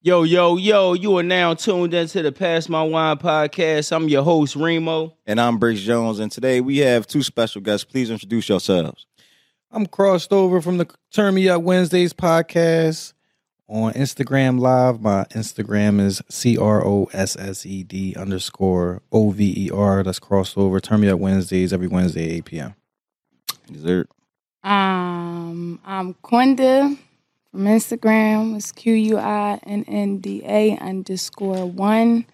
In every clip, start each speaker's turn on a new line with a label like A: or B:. A: Yo, yo, yo, you are now tuned into the Pass My Wine podcast. I'm your host, Remo.
B: And I'm Briggs Jones, and today we have two special guests. Please introduce yourselves.
C: I'm crossed over from the Turn Me Up Wednesdays podcast on Instagram Live. My Instagram is C R O S S E D underscore O V E R. That's crossed over. Turn Me Up Wednesdays every Wednesday, 8 p.m.
B: Dessert.
D: Um, I'm Quinda from Instagram. It's Q U I N N D A underscore one.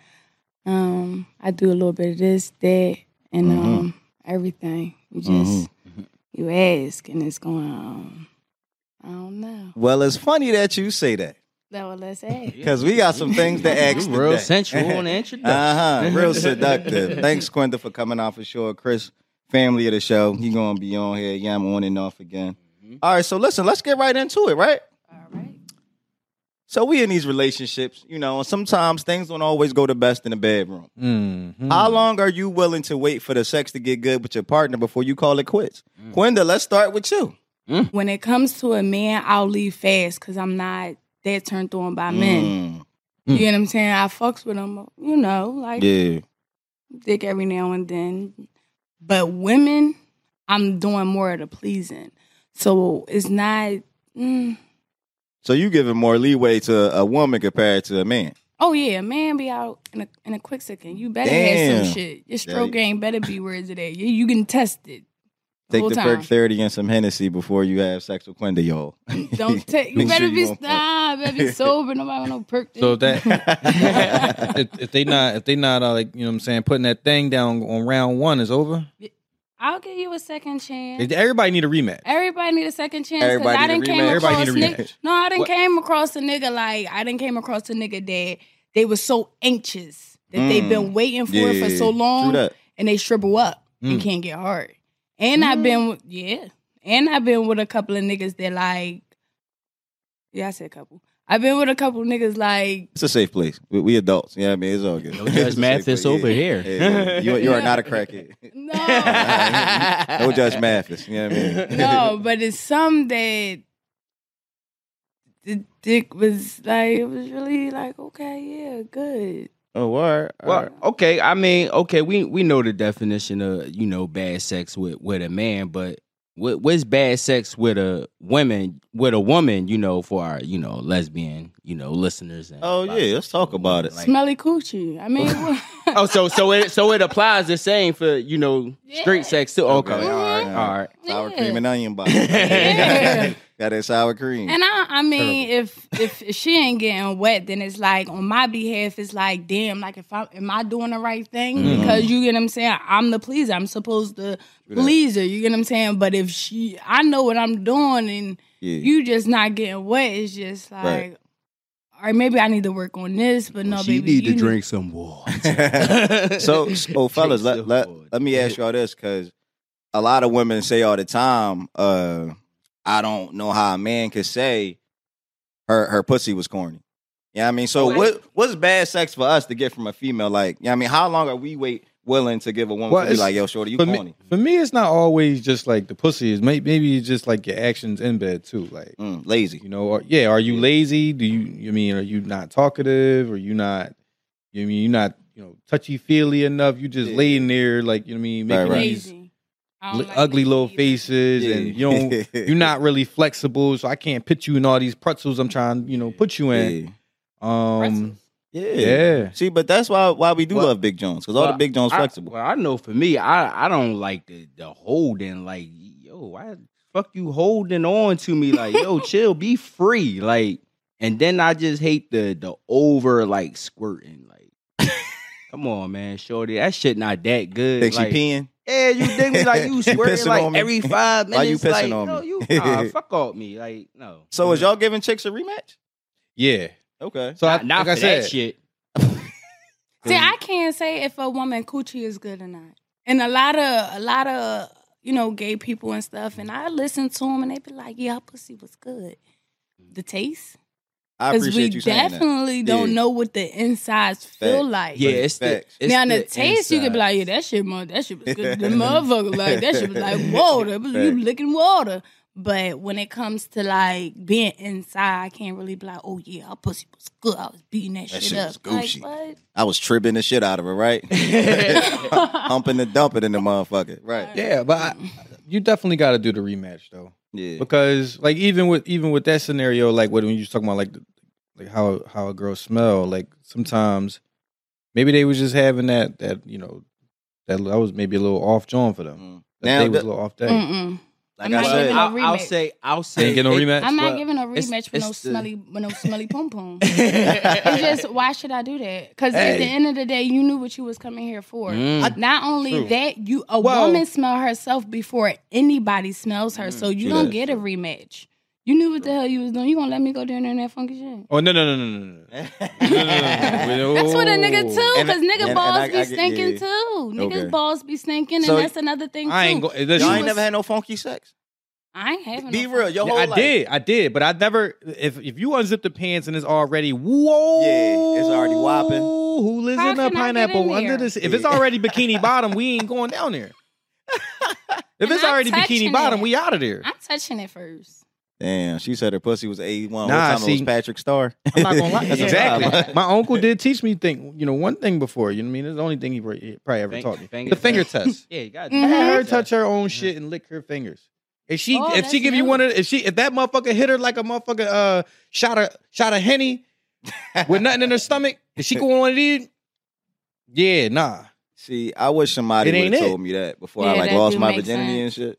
D: Um, I do a little bit of this, that, and um, everything. You just you ask, and it's going. Um, I don't know.
B: Well, it's funny that you say that
D: That what let's ask.
B: because we got some things to ask
A: Real
B: today.
A: sensual on the introduction.
B: Uh huh. Real seductive. Thanks, Quinta, for coming on for sure. Chris, family of the show. He gonna be on here. Yeah, I'm on and off again. All right. So listen, let's get right into it. Right.
D: All right.
B: So we in these relationships, you know, and sometimes things don't always go the best in the bedroom.
C: Mm-hmm.
B: How long are you willing to wait for the sex to get good with your partner before you call it quits? Quinta, let's start with you.
D: When it comes to a man, I'll leave fast because I'm not that turned on by men. You get what I'm saying? I fucks with them, you know,
B: Mm,
D: like
B: yeah.
D: dick every now and then. But women, I'm doing more of the pleasing. So it's not. Mm,
B: So you giving more leeway to a woman compared to a man.
D: oh yeah, a man, be out in a in a quick second. You better have
B: Damn.
D: some shit. Your stroke
B: Yeah.
D: game better be where is it at? You, you can test it.
B: Take
D: Full
B: the
D: time.
B: perk thirty and some Hennessy before you have sex with Quinta, y'all.
D: Don't take. You
B: Make
D: better
B: sure
D: be
B: you on point.
D: nah, better be sober. Nobody want no perk.
C: So that if, if they not if they not uh, like you know what I'm saying putting that thing down on round one is over.
D: I'll give you a second chance.
C: They- Everybody need a rematch.
D: Everybody need a second chance. 'cause
B: Everybody
D: I
B: need a
D: didn't came
B: rematch.
C: Everybody
D: across
C: need a
D: nigga.
C: rematch.
D: No, I didn't
C: What-
D: came across a nigga like I didn't came across a nigga that they was so anxious that they've
B: Mm.
D: been waiting for it for
B: Yeah.
D: so
B: True
D: long
B: that.
D: and they shrivel up
C: Mm.
D: and can't get hard. And I've been
B: Mm.
D: with- yeah, and I've been with a couple of niggas that like yeah, I said couple. I've been with a couple of niggas like
B: It's a safe place. We, we adults. Yeah, I mean it's all good.
A: No
B: It's
A: judge
B: a safe
A: Mathis
B: place.
A: over here.
B: yeah. You, you are not a crackhead.
D: no,
B: no judge Mathis. You know what I mean?
D: no, but it's some that the dick was like it was really like okay, yeah, good.
B: oh, all right. all
A: Well,
B: right.
A: okay. I mean, okay. We we know the definition of you know bad sex with with a man, but what what's bad sex with a woman with a woman? You know, for our you know lesbian you know listeners. And
B: Oh yeah, let's talk about it.
A: Like-
D: Smelly coochie. I mean,
A: Oh, so so it so it applies the same for you know
D: Yeah.
A: straight sex too. Okay,
B: Okay, all right,
A: all right.
B: Sour
D: Yeah.
B: cream and onion body.
D: Yeah.
B: Got that sour cream.
D: and I, I mean, if, if if she ain't getting wet, then it's like on my behalf, it's like damn, like if I am I doing the right thing
C: Mm-hmm.
B: Mhm.
D: because you get what I'm saying. I'm the pleaser. I'm supposed to please her. You get what I'm saying. But if she, I know what I'm doing, and
B: yeah.
D: you just not getting wet, it's just like.
B: Right.
D: Or maybe I need to work on this, but no, baby, you need-
A: some water.
B: so, so fellas, let,
A: Drink
B: let,
A: some water.
B: let me ask y'all this because a lot of women say all the time, uh, I don't know how a man could say her her pussy was corny. Yeah, I mean, so
D: Right.
B: what what's bad sex for us to get from a female? Like, yeah, I mean, how long are we wait willing to give a woman
C: Well,
B: to be
C: it's-
B: like, yo, shorty, you
C: for
B: corny?
C: me, for me, it's not always just like the pussy. Is maybe, maybe it's just like your actions in bed too. Like
B: Mm, lazy.
C: you know, or, yeah, are you lazy? Do you? You mean are you not talkative? Are you not? You mean you not? You know, touchy feely enough. You just
B: Yeah.
C: laying there like you know what I mean, making
B: Right, right.
C: these
D: lazy. I don't
C: li-
D: like
C: ugly
D: lazy
C: little
D: either.
C: faces,
B: Yeah.
C: and you don't. You're not really flexible, so I can't put you in all these pretzels I'm trying, you know, put you in.
B: Yeah.
C: Um,
B: yeah,
C: yeah.
B: See, but that's why why we do
A: Well-
B: love Big Jones because all
A: well,
B: the Big Jones
A: I-
B: flexible.
A: well, I know for me, I I don't like the the holding. Like, yo, why the fuck you holding on to me? Like, yo, chill, be free. Like, and then I just hate the the over like squirting. Like, come on, man, shorty, that shit not that good.
B: Think she
A: like,
B: peeing?
A: Yeah, you dig me? Like you
B: You
A: squirting
B: pissing
A: like
B: on me?
A: every five minutes.
B: Why you pissing
A: like,
B: on
A: no,
B: me?
A: you nah, fuck off me. Like, no.
B: So is y'all giving chicks a rematch?
C: yeah.
B: Okay.
C: So I,
A: not, not
C: like I
A: for
C: said,
A: that shit.
D: See, I can't say if a woman coochie is good or not. And a lot of a lot of you know gay people and stuff, and I listen to them, and they be like, "Yeah, her pussy was good." The taste,
B: I
D: because we
B: appreciate you saying that.
D: definitely don't
B: Yeah.
D: know what the insides feel
B: Facts.
D: like.
A: Yeah,
B: But
A: it's the,
B: facts.
A: it's
D: now in the,
A: the
D: taste, you could
A: inside.
D: be like, "Yeah, that shit, mo- that shit was good." The motherfucker like that shit was like water. You
B: Facts.
D: licking water, But when it comes to like being inside, I can't really be like, oh yeah, our pussy was good. I was beating that,
B: That
D: shit,
B: shit
D: up.
B: was Gucci.
D: Like,
B: I was tripping the shit out of her, right?
D: what?
B: Humping and dumping in the motherfucker, right?
C: Yeah, but I, you definitely got to do the rematch though,
B: Yeah,
C: because like even with even with that scenario, like what when you was talking about like the- like how how a girl smell, like sometimes maybe they was just having that that you know that that was maybe a little off joint for them.
B: Mm.
C: That
B: Now,
C: day was
B: th-
C: a little off day.
D: Mm-mm.
B: like
D: I'm
B: I
D: not
B: said,
D: giving no
A: I'll, I'll
D: rematch.
A: say, I'll say,
C: Didn't get no
A: it-
C: rematch.
D: I'm not
A: Well,
D: giving a
A: it's-
D: rematch with no
A: it's the-
D: smelly with no smelly pom pom. It's just why should I do that? Because at the
C: Hey.
D: end of the day, you knew what you was coming here for.
A: Mm.
D: Not only
C: True.
D: that, you a
C: Well-
D: woman smell herself before anybody smells her, so you
C: True
D: don't
C: that,
D: get a rematch. You knew what the hell you was doing. You gonna let me go down there in that funky shit?
C: Oh no no no no no no.
D: That's
C: That's
D: what a nigga too,
B: And-
D: because nigga
B: and- and
D: balls
B: I- I
D: be
B: get-
D: stinking
B: yeah.
D: too. Niggas
B: Okay.
D: balls be stinking, and
B: So-
D: that's another thing too.
C: I ain't go.
B: y'all
C: Listen,
B: ain't never had no funky sex.
D: I ain't having.
B: Be
D: no
B: real,
D: fucking-
B: your whole
C: I
B: life.
C: did, I did, but I never. If if you unzip the pants and it's already whoa,
B: Yeah, it's already whopping.
C: Who lives
D: How
C: in a
D: can I get in
C: pineapple
D: there?
C: under this? If it's
B: Yeah.
C: already bikini bottom, we ain't going down there. if
D: And
C: it's
D: I'm
C: already
D: touching
C: bikini bottom,
D: it.
C: we out of there.
D: I'm touching it first.
B: Damn, she said her pussy was eighty one.
C: Nah,
B: Nah, time it was
C: see-
B: Patrick Star.
C: I'm not gonna lie.
B: That's a
C: exactly.
B: problem.
C: My uncle did teach me thing. You know, one thing before. You know what I mean? It's the only thing he probably ever
A: Fing-
C: taught me.
A: finger
C: the finger
A: test.
C: test.
A: Yeah, you got
D: Mhm.
C: I had her
D: Finger
C: touch her own shit and lick her fingers. If she
D: Oh,
C: if
D: that's
C: she give you
D: him.
C: one of if she if that motherfucker hit her like a motherfucker uh shot a shot a henny with nothing in her stomach, if she go on one of these, yeah, nah.
B: See, I wish somebody
C: It
B: would
C: ain't
B: have
C: it.
B: told me that before I
D: Yeah,
B: like
D: that
B: lost
D: do
B: my
D: make
B: virginity and shit.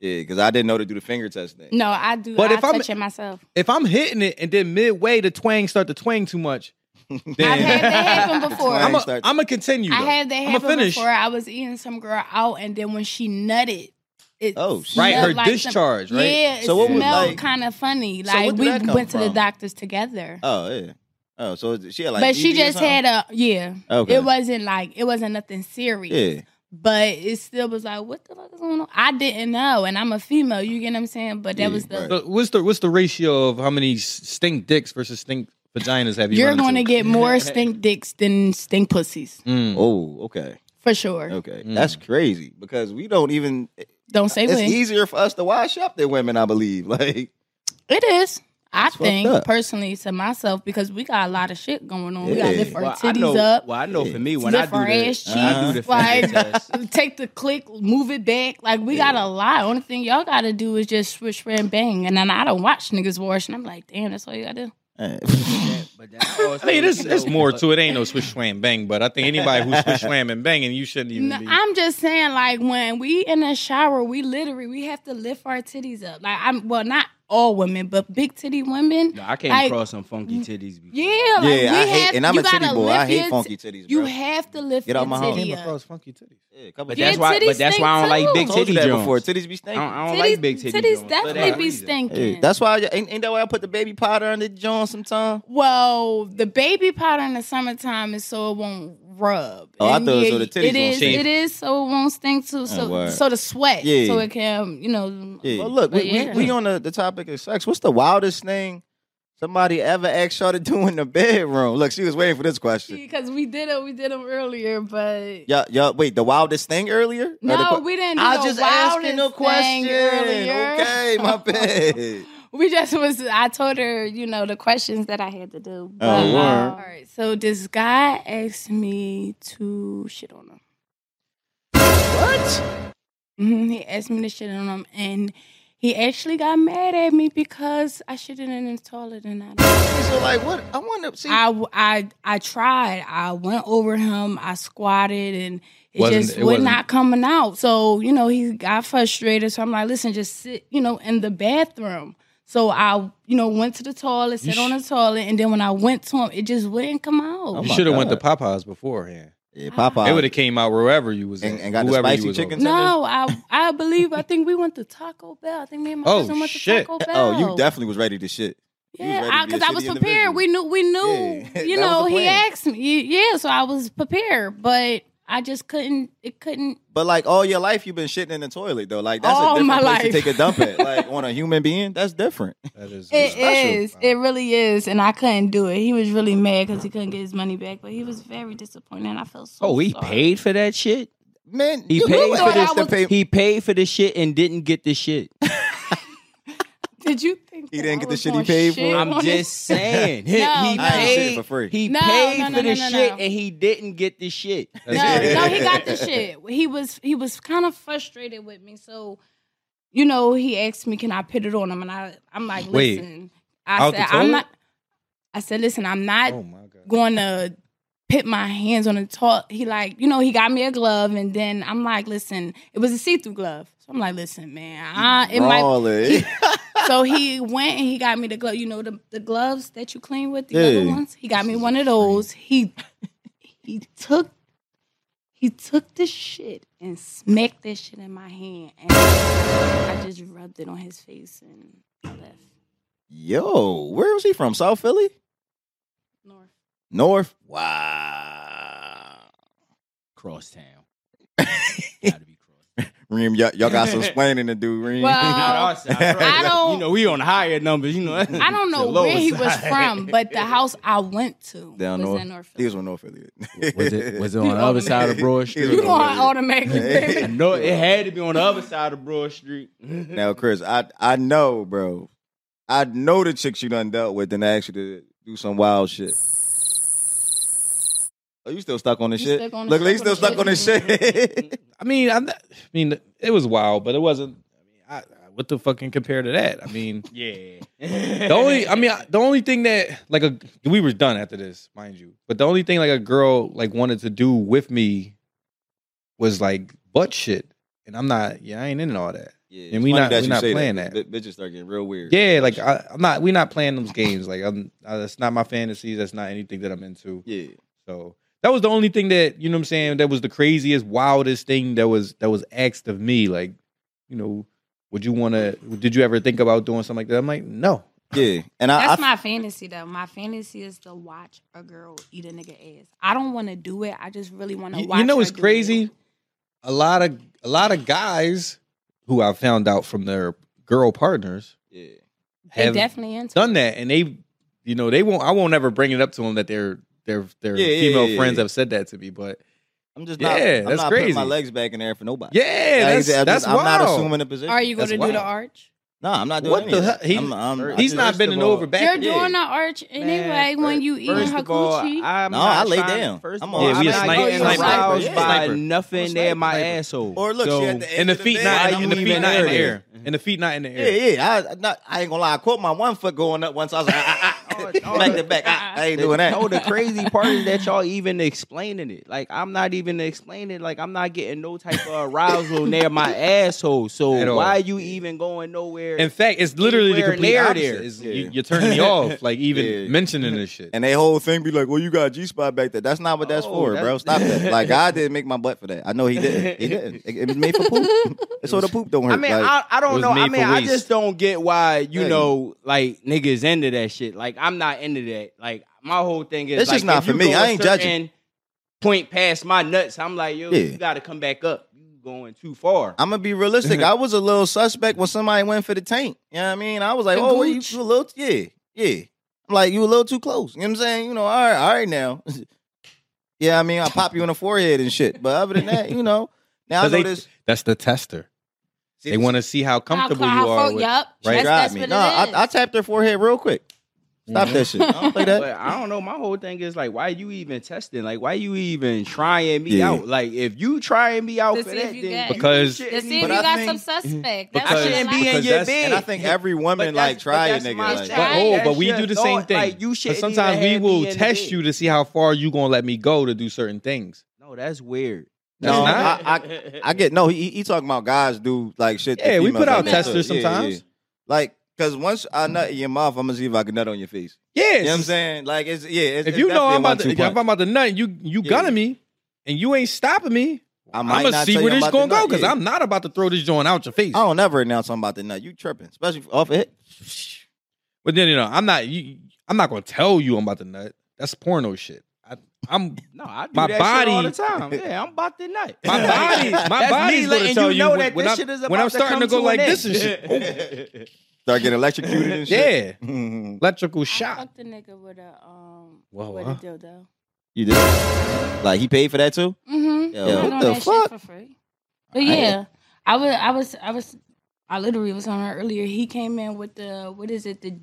B: Yeah, because I didn't know to do the finger test thing.
D: No, I do.
C: But
D: I
C: if I'm-
D: touch it myself.
C: If I'm hitting it and then midway the twang start to twang too much, then
D: I've had that happen
B: The
D: before.
B: twang
C: I'm a,
B: start-
C: I'm a continue.
D: I
C: though.
D: had that
C: I'ma
D: happen
C: finish.
D: before. I was eating some girl out, and then when she nutted, it
B: Oh, shit.
C: right,
D: smelled
C: her
D: like some-
C: discharge, right?
D: Yeah, it
B: So what was,
D: smelled
B: like-
D: kind of funny.
B: So
D: Like
B: what did
D: we
B: that come
D: went to the
B: from?
D: doctors together,
B: Oh yeah. Oh, so is- she had like.
D: but she
B: ED or
D: just
B: something?
D: had a yeah.
B: Okay.
D: It wasn't like it wasn't nothing serious,
B: Yeah.
D: but it still was like, what the fuck is going on? I didn't know, and I'm a female. You get what I'm saying? But that
B: Yeah,
D: was the
B: right.
C: So what's the what's the ratio of how many s- stink dicks versus stink vaginas have you?
D: you're
C: run into?
D: going to get more stink dicks than stink pussies
C: Mm.
D: Mm-hmm.
B: Oh, okay,
D: for sure.
B: okay.
C: Mm.
D: Mm-hmm.
B: That's crazy because we don't even.
D: Don't say
B: it's
D: when.
B: easier for us to wash up than women, I believe. Like,
D: It is. I
B: It's fucked
D: think
B: up.
D: personally to myself because we got a lot of shit going on. We got to
B: Yeah.
D: lift our
A: Well, I
D: titties
A: know,
D: up,
A: Well, I know for me when I
D: lift
A: do
D: our
A: the,
D: ass
A: when I do the
D: cheeks,
A: finger
D: like
A: test.
D: take the click, move it back. Like we got a lot. Only thing y'all got to do is just swish, ram, bang, and then I don't watch niggas wash, and I'm like, damn, that's all you got to do.
B: eh.
A: Yeah, but that's also,
C: I mean, there's,
A: you
C: there's
A: know,
C: more
A: but-
C: to it. Ain't no swish swam bang, but I think anybody who's swish swam and banging, you shouldn't even
D: No,
C: be.
D: I'm just saying, like when we in the shower, we literally we have to lift our titties up. Like I'm well, not all women, but big titty women.
A: No, I came
D: Like-
A: across some funky titties. Before.
D: Yeah, like we
B: yeah, I hate,
D: have,
B: and I'm
D: you
B: a titty
D: gotta
B: boy.
D: lift
B: I hate
D: your
B: funky titties.
D: You
B: bro.
D: have to lift
B: Get
D: your
B: out my house.
D: titty
C: Came
D: up.
C: across funky titties.
B: Yeah, couple
A: but
D: Your
A: that's why.
D: titties
A: But that's
D: stink
A: why I don't like
D: too.
A: big
B: I told
A: titty
B: you that
A: Jones.
B: before. Titties be
A: I
B: stinking.
A: don't, I don't like big titty
D: titties
A: Jones.
D: definitely be
A: stinking.
D: stinking.
B: Yeah, that's why ain't, ain't that why I put the baby powder on the John sometime?
D: well, the baby powder in the summertime is so it won't rub.
B: Oh, I
D: And
B: thought
D: yeah,
B: so the titties
D: it
B: won't
D: is.
C: stink.
D: It is so it won't stink too. So
B: word.
D: so the sweat.
B: Yeah.
D: So it can you know.
B: Yeah.
D: but
B: Well, look, we,
D: yeah.
B: we, we on the, the topic of sex. What's the wildest thing somebody ever asked y'all to do in the bedroom? Look, she was waiting for this question.
D: because we did it. We did them earlier, but.
B: Y'all, y'all, wait, the wildest thing earlier? Or the
D: No,
B: que-
D: we didn't. Do
B: I
D: the
B: was just asking a
D: wildest
B: question.
D: thing earlier.
B: Okay, my bad.
D: We just was. I told her, you know, the questions that I had to do. But,
B: Oh, word.
D: uh, all right. So this guy asked me to shit on him.
B: what?
D: hmm He asked me to shit on him, and he actually got mad at me because I shitted in the toilet and I.
B: So like, what? I want to see.
D: I, w- I, I tried. I went over him. I squatted, and it
C: Wasn't-
D: just
C: it
D: was
C: wasn't-
D: not coming out. So you know he got frustrated. So I'm like, listen, just sit, you know, in the bathroom. So I, you know, went to the toilet,
C: You
D: sit on the
C: sh-
D: toilet, and then when I went to him, it just wouldn't come out.
B: Oh
C: you
B: my
C: should have went to
B: God.
C: Popeyes beforehand.
B: yeah, Popeye.
C: It would have came out wherever you was
B: And-
C: at,
B: and got the
C: whoever you
B: spicy
C: was
B: chicken?
C: with.
D: no, I, I believe I think we went to Taco Bell. I think me and my
C: Oh,
D: cousin went
C: shit.
D: to Taco Bell.
B: oh, you definitely was ready to shit. you was
D: Yeah,
B: ready to be a
D: because I,
B: shitty
D: was prepared.
B: individual.
D: We knew, we knew.
B: Yeah, that was
D: You know,
B: the
D: he
B: plan.
D: asked me. Yeah, so I was prepared, but I just couldn't. It couldn't.
B: But like all your life, you've been shitting in the toilet though. Like that's
D: All
B: a different
D: my
B: place to
D: life.
B: take a dump at. Like on a human being, that's different.
C: That is
D: It is.
C: special.
D: It really is, and I couldn't do it. He was really mad because he couldn't get his money back, but he was very disappointed. and I felt so.
A: Oh, he
D: sorry.
A: paid for that shit.
B: Man,
A: He
B: you
A: paid
B: know
A: for
B: it is to
D: this-
B: pay-
A: He paid for the shit and didn't get the shit.
D: Did you think
B: He
D: that
B: didn't
D: I
B: get the
D: was
B: shit he
D: gonna
B: paid for?
D: shit
A: I'm
D: on his-
A: just saying. He,
D: No,
A: he
D: no.
B: I ain't
A: paid
B: shit for free.
A: He
D: No,
A: paid
D: no, no,
A: for the
D: no, no,
A: shit
D: no.
A: and he didn't get the shit.
D: No,
B: it.
D: no, he got the shit. He was he was kind of frustrated with me. So, you know, he asked me, "Can I put it on him?" And I I'm like,
C: Wait.
D: "Listen." I
C: Out the
D: said, "I'm
C: toilet?
D: not." I said, "Listen, I'm not
C: Oh my god.
D: going to put my hands on the talk. He like, you know, he got me a glove, and then I'm like, "Listen, it was a see through glove." So I'm like, "Listen, man, I, it might."
B: All it.
D: So he went and he got me the glove. You know the, the gloves that you clean with the other
B: Yeah.
D: ones. He got me one of those. He he took he took the shit and smacked that shit in my hand, and I just rubbed it on his face and I left.
B: Yo, where was he from? South Philly?
D: North.
B: North? Wow.
A: Crosstown. Gotta be crosstown.
B: Reem, y'all, y'all got some explaining to do, Reem.
D: Well-
A: Not our side, right?
D: I don't-
A: You know, we on higher numbers. You know,
D: I don't know where he was from, but the house I went to
B: Down
D: was
B: north.
D: in North
B: he was
D: Philly.
B: from North Philly.
A: was it was it on
D: You
A: the other side of Broad
B: automatic-
A: Street?
D: you
B: You
D: gonna automatically
B: Hey.
D: think-
A: No, it had to be on the other side of Broad Street.
B: now, Chris, I I know, bro. I know the chicks you done dealt with and asked you to do some wild shit. Are you still stuck on this
D: You
B: shit?
D: stuck on the-
B: Look, he's
D: stuck
B: still
D: on the
B: stuck on this shit.
C: I mean, I'm not, I mean, it was wild, but it wasn't. I mean, I, I, what the fuck can compare to that? I mean,
A: yeah.
C: the only, I mean, I- the only thing that like a we were done after this, mind you, but the only thing like a girl like wanted to do with me was like butt shit, and I'm not. Yeah, I ain't into all that.
B: yeah,
C: And we
B: it's funny
C: not- we not
B: say
C: playing that.
B: B- bitches start getting real weird.
C: Yeah, like I, I'm not. We not playing those games. Like I'm. Uh, that's not my fantasies. That's not anything that I'm into.
B: yeah.
C: So that was the only thing that you know what I'm saying. That was the craziest, wildest thing that was that was asked of me. Like, you know, would you want to? Did you ever think about doing something like that? I'm like, no.
B: Yeah, and I, I
D: That's my fantasy though. My fantasy is to watch a girl eat a nigga ass. I don't want to do it. I just really want to
C: You,
D: watch.
C: you know
D: her
C: what's
D: do it.
C: crazy? A lot of a lot of guys who I found out from their girl partners
B: yeah.
D: They
C: have
D: definitely into
C: done
D: it.
C: that, and they, you know, they won't. I won't ever bring it up to them that their their their
B: Yeah, yeah,
C: female
B: yeah,
C: friends
B: yeah.
C: have said that to me, but.
B: I'm just not.
C: Yeah,
B: I'm
C: that's
B: not
C: crazy.
B: putting my legs back in there for nobody.
C: Yeah,
B: Like,
C: that's,
B: I'm,
C: that's
B: just- I'm not
C: wild.
B: assuming a position.
D: Are you going to
C: That's
D: do the
C: wild.
D: arch?
B: No, I'm not doing
C: What the
B: any of
C: hell?
B: that.
C: He,
B: I'm- I'm-
C: he's
B: I
C: not
B: just-
C: bending
B: first of all-
C: over back.
D: You're
B: yeah.
D: doing the arch anyway when you eating
A: First
D: her
A: of all,
D: coochie.
A: I'm
B: No,
A: not
B: I lay
A: trying-
B: down.
A: First of
B: I'm
A: all,
B: a-
A: I'm
C: Yeah, we a
A: not
C: sniper.
A: getting
D: Sniper.
A: aroused
B: Yeah.
A: by
C: Sniper.
A: nothing near my
C: Sniper.
A: asshole.
B: Or look, she
A: so,
B: at the
C: and the
B: edge of
C: feet
B: bed.
C: not
B: Why
C: and
B: you
C: the feet
B: even
C: not in the
B: there?
C: air. And the feet not in the
B: Mm-hmm. Yeah,
C: air.
B: yeah. I, not, I ain't gonna lie. I caught my one foot going up once. I was like, ah, ah, ah.
A: Oh,
B: back
A: oh,
B: to back. Ah, I ain't
A: the-
B: doing that.
A: No, the crazy part is that y'all even explaining it. Like I'm not even explaining. it. Like I'm not getting no type of arousal near my asshole. So
C: At all.
A: why you even going nowhere?
C: In fact, it's literally the
A: Anywhere
C: complete
A: near
C: opposite.
A: there.
C: It's-
B: Yeah.
C: You, you're turning me off, like even
B: Yeah.
C: mentioning this shit.
B: And they whole thing be like, well, you got a G spot back there. That's not what that's
A: Oh,
B: for,
A: that's-
B: bro. Stop that. Like, God didn't make my butt for that. I know he didn't. He didn't. It, it was made for poop. so the poop don't hurt.
A: I mean,
B: like,
A: I, I
C: it
A: don't
C: was
A: know. I
C: made
A: mean,
C: for
A: I
C: waste.
A: just don't get why you
B: Yeah.
A: know, like niggas into that shit. Like I'm not into that. Like my whole thing is,
B: It's
A: like,
B: just not
A: if
B: for
A: you
B: me.
A: go
B: I
A: a
B: ain't judging.
A: certain Point past my nuts. I'm like, yo,
B: Yeah.
A: you got to come back up. You going too far.
B: I'm gonna be realistic. I was a little suspect when somebody went for the taint. You know what I mean? I was like,
D: The
B: oh, what, you,
D: gooch.
B: you a little, yeah, yeah. I'm like, you a little too close. You know what I'm saying? You know, all right, all right now. yeah, I mean, I pop you on the forehead and shit. But other than that, you know, now I know
C: Because they-
B: this.
C: That's the tester. They want to see how comfortable
D: How-
C: you
D: how
C: are.
D: folk-
C: with-
D: yup.
B: to
C: right?
B: drive
D: That's, that's what
B: me.
D: it
B: No, I,
D: is.
B: I tapped her forehead real quick. Stop
C: Mm-hmm.
B: that shit. I don't play that.
A: But I don't know. My whole thing is like, why you even testing? Like, why you even trying me
B: Yeah.
A: out? Like, if you trying me out
D: To
A: for
D: see if
A: that,
D: you
A: then
D: gay.
A: you
C: Because-
A: shouldn't
D: Let's see
A: even-
D: if you
B: But I
D: got
B: think-
D: some suspect. That's
C: because-
A: I
D: what
A: shouldn't be
D: like.
A: in
C: because
A: your
C: that's-
A: bed.
B: And I think every woman like
A: that's-
B: try a
A: that's
B: nigga
A: my
B: like
A: thing.
B: that.
C: But oh,
A: That's
C: but we
A: your
C: do the
A: thought.
C: same thing.
A: Like, you
C: but
A: shouldn't
C: sometimes
A: even
C: we
A: have
C: will
A: me in the
C: test
A: bed.
C: you to see how far you gonna let me go to do certain things.
A: No, that's weird.
B: No,
C: That's
B: I, I I get no. He he talking about guys do like shit. that
C: Yeah, we put
B: females
C: out
B: don't do.
C: testers
B: Yeah, yeah.
C: sometimes.
B: Like, cause once I nut in your mouth, I'm gonna see if I can nut on your face.
C: Yes.
B: You know what I'm saying? Like, it's yeah. It's,
C: If
B: it's
C: you know
B: definitely
C: I'm about
B: a
C: to, if I'm
B: one-two punch.
C: about to nut, you you
B: Yeah.
C: gunning me, and you ain't stopping me.
B: I might
C: I'm gonna
B: not
C: see
B: tell
C: where
B: you
C: this
B: I'm about
C: gonna
B: to
C: go
B: nut,
C: because
B: yeah. Oh.
C: I'm not about to throw this joint out your face.
B: I don't ever announce I'm about to nut. You tripping, especially off of it.
C: But then you know, I'm not. You, I'm not gonna tell you I'm about to nut. That's porno shit. I, I'm
A: No, I do
C: My
A: that shit all
C: body-
A: the time. Yeah, I'm about to nut.
C: my body. My
A: That's me
C: body's gonna
A: letting
C: tell
A: you
C: you,
A: know
C: when,
A: that
C: when
A: this
C: I'm,
A: shit is
C: when
A: about
C: I'm
A: to
C: starting to
A: come
C: go
A: to
C: like
A: an
C: this and
A: end.
C: shit. Oh,
B: Start getting electrocuted and shit.
C: yeah,
B: Yeah.
C: electrical
D: I
C: shock.
D: fucked a nigga with a um
C: Whoa,
D: with
C: huh?
D: a dildo.
B: you did. Like he paid for that too.
D: Mm-hmm.
B: Yo,
D: I
B: what
D: know
B: the
D: that
B: fuck?
D: shit for free. But yeah, I was I was I was I literally was on her earlier. He came in with the what is it, the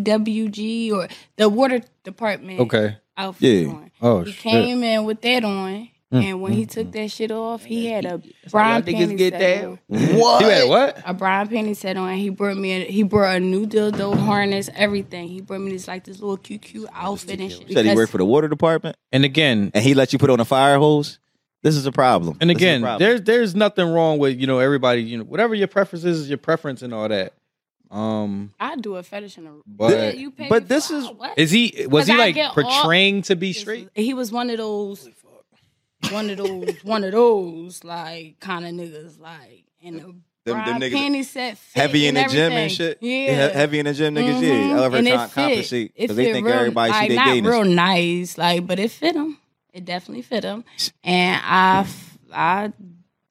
D: PWG or the water department
C: Okay.
D: outfit
B: Yeah.
D: on.
C: Oh
D: he
C: shit.
D: came in with that on,
C: Mm,
D: and when he
C: mm,
D: took that shit off, he had a
A: y'all
D: brown
A: niggas
D: panty
A: get
D: set
A: that?
D: on.
C: You had what?
D: A brown panty set on. and He brought me. A, he brought a new dildo harness, everything. He brought me this like this little cute, cute outfit and shit.
B: You said he
D: because-
B: worked for the water department
C: And again,
B: and he let you put on a fire hose. This is a problem.
C: And
B: This is a
C: again,
B: problem.
C: there's there's nothing wrong with you know everybody you know whatever your preference is, is your preference and all that. Um,
D: I do a fetish in a.
C: but
D: you pay
B: but
D: me
B: this
D: for-
B: is-
D: what?
C: is he was he
D: Cause I
C: like
D: get all-
C: portraying to be
D: This
C: straight?
D: is- He was one of those, one of those, one of those like kind of niggas like and the
B: Them- them
D: brown
B: niggas
D: panty set fit
B: heavy in
D: and
B: the gym
D: everything.
B: and shit.
D: Yeah,
B: heavy in the gym niggas. Yeah,
D: Mhm.
B: however
D: And it
B: trying to
D: fit.
B: compensate
D: It
B: because they
D: fit
B: think
D: real-
B: everybody
D: like,
B: see their
D: not
B: gayness.
D: real nice, like but it fit him. It definitely fit him, and I, f- I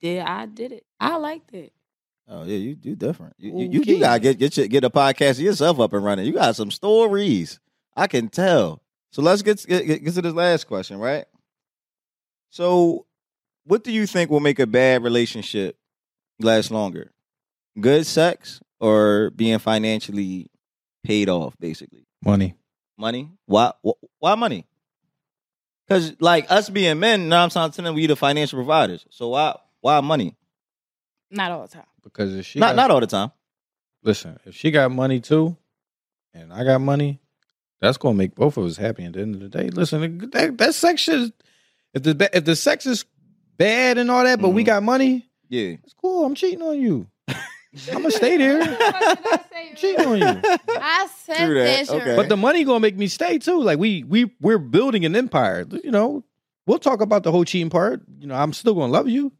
D: did, I did it. I liked it.
B: Oh yeah, you you different. You you, you,
D: Okay.
B: gotta get get your, get a podcast of yourself up and running. You got some stories. I can tell. So let's get get, get to this last question, right? So, what do you think will make a bad relationship last longer? Good sex or being financially paid off, basically.
C: Money.
B: Money? Why? wh- Why money? Because like us being men, now I'm saying to them, we the financial providers. So why? Why money?
D: Not all the time.
C: Because if she
B: not
C: got,
B: not all the time.
C: listen, if she got money too, and I got money, that's gonna make both of us happy. At the end of the day, listen, that, that sex is if the ba- if the sex is bad and all that, but we
B: Mhm.
C: got money,
B: Yeah.
C: it's cool. I'm cheating on you. I'm gonna stay there. I'm cheating on you.
D: I said
B: True that.
D: that.
B: Okay.
D: Okay.
C: But the money gonna make me stay too. Like we we we're building an empire. You know, we'll talk about the whole cheating part. You know, I'm still gonna love you.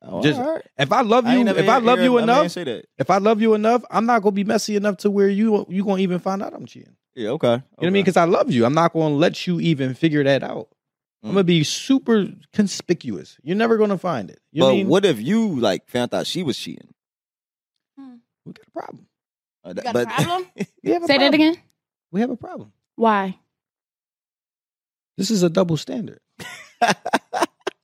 B: Oh,
C: Just-
B: all right.
C: If I love
B: I ain't
C: you,
B: never
C: if I
B: hear-
C: love
B: hear
C: you
B: a man
C: enough,
B: say that.
C: if I love you enough, I'm not gonna be messy enough to where you you gonna even find out I'm cheating.
B: Yeah, okay. You know
C: You know what I mean? Because I love you. I'm not gonna let you even figure that out. I'm gonna be super conspicuous. You're never gonna find it. You
B: but
C: know what I mean?
B: what if you like found out she was cheating?
C: We got a problem.
B: Uh,
D: You got
B: but
D: a problem?
C: We have a problem.
D: Say that again.
C: We have a problem.
D: Why?
C: This is a double standard.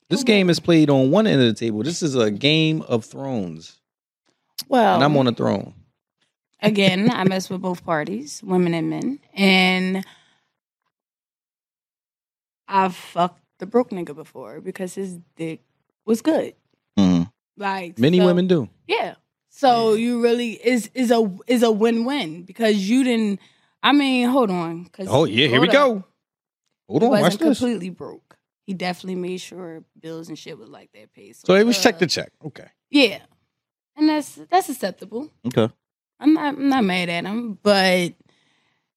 C: This game is played on one end of the table. This is a game of thrones,
D: Well,
C: and I'm on a throne.
D: again, I mess with both parties, women and men, and I've fucked the broke nigga before because his dick was good.
B: Mhm.
D: Like
C: Many
D: so-
C: women do.
D: yeah. So you really is is a is a win win because you didn't. I mean, hold on. 'cause-
C: Oh yeah, here we
D: hold up.
C: go. Hold
D: He
C: on, watch
D: wasn't
C: this.
D: completely broke. He definitely made sure bills and shit was like that paid.
C: so it was check
D: uh,
C: to check. Okay.
D: Yeah, and that's that's acceptable.
B: okay.
D: I'm not I'm not mad at him, but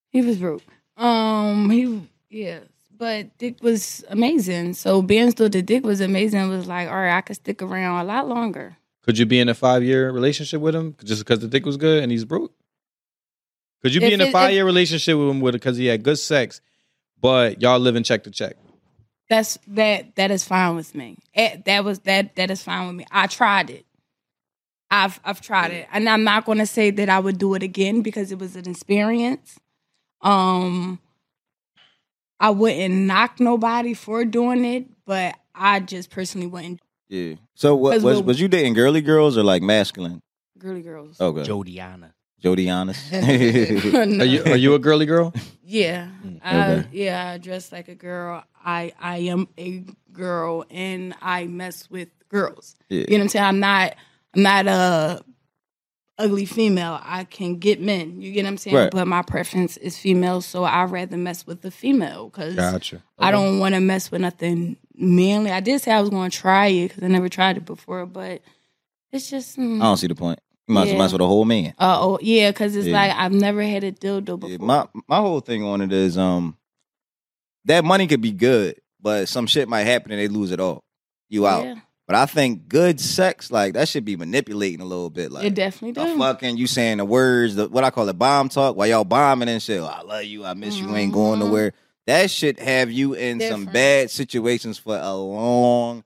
D: he was broke. Um he yeah. But Dick was amazing. So being still the Dick was amazing was like, all right, I could stick around a lot longer.
C: Could you be in a five year relationship with him just because the dick was good and he's broke? Could you be
D: If
C: in a
D: it-
C: five year relationship with him with because he had good sex, but y'all living check to check?
D: That's that that is fine with me. Eh, that was that that is fine with me. I tried it. I've I've tried it. And I'm not gonna say that I would do it again because it was an experience. Um I wouldn't knock nobody for doing it, but I just personally wouldn't
B: Yeah. So what
D: 'Cause
B: was
D: we'll-
B: was you dating girly girls or like masculine?
D: girly girls.
B: Okay.
A: Jodiana.
B: Jody honest.
C: Are you are you a girly girl?
D: Yeah,
C: Mm,
D: I,
B: okay.
D: yeah. I dress like a girl. I I am a girl, and I mess with girls.
B: Yeah.
D: You know what I'm saying? I'm not I'm not a ugly female. I can get men. You get what I'm saying?
B: Right.
D: But my preference is female, so I would rather mess with the female because
C: Gotcha.
D: I don't want to mess with nothing manly. I did say I was going to try it because I never tried it before, but it's just.
B: I
D: Mm,
B: don't see the point. You might as
D: Yeah.
B: well mess with a whole man.
D: uh oh yeah, because it's
B: Yeah.
D: like I've never had a dildo before.
B: Yeah, my my whole thing on it is um that money could be good, but some shit might happen and they lose it all. You out.
D: Yeah,
B: But I think good sex, like that should be manipulating a little bit. Like
D: it definitely
B: the
D: does.
B: fucking you saying the words, the, what I call the bomb talk, while y'all bombing and shit. "Oh, I love you, I miss you, ain't going
D: Mhm.
B: nowhere. That shit have you in some
D: Different.
B: bad situations for a long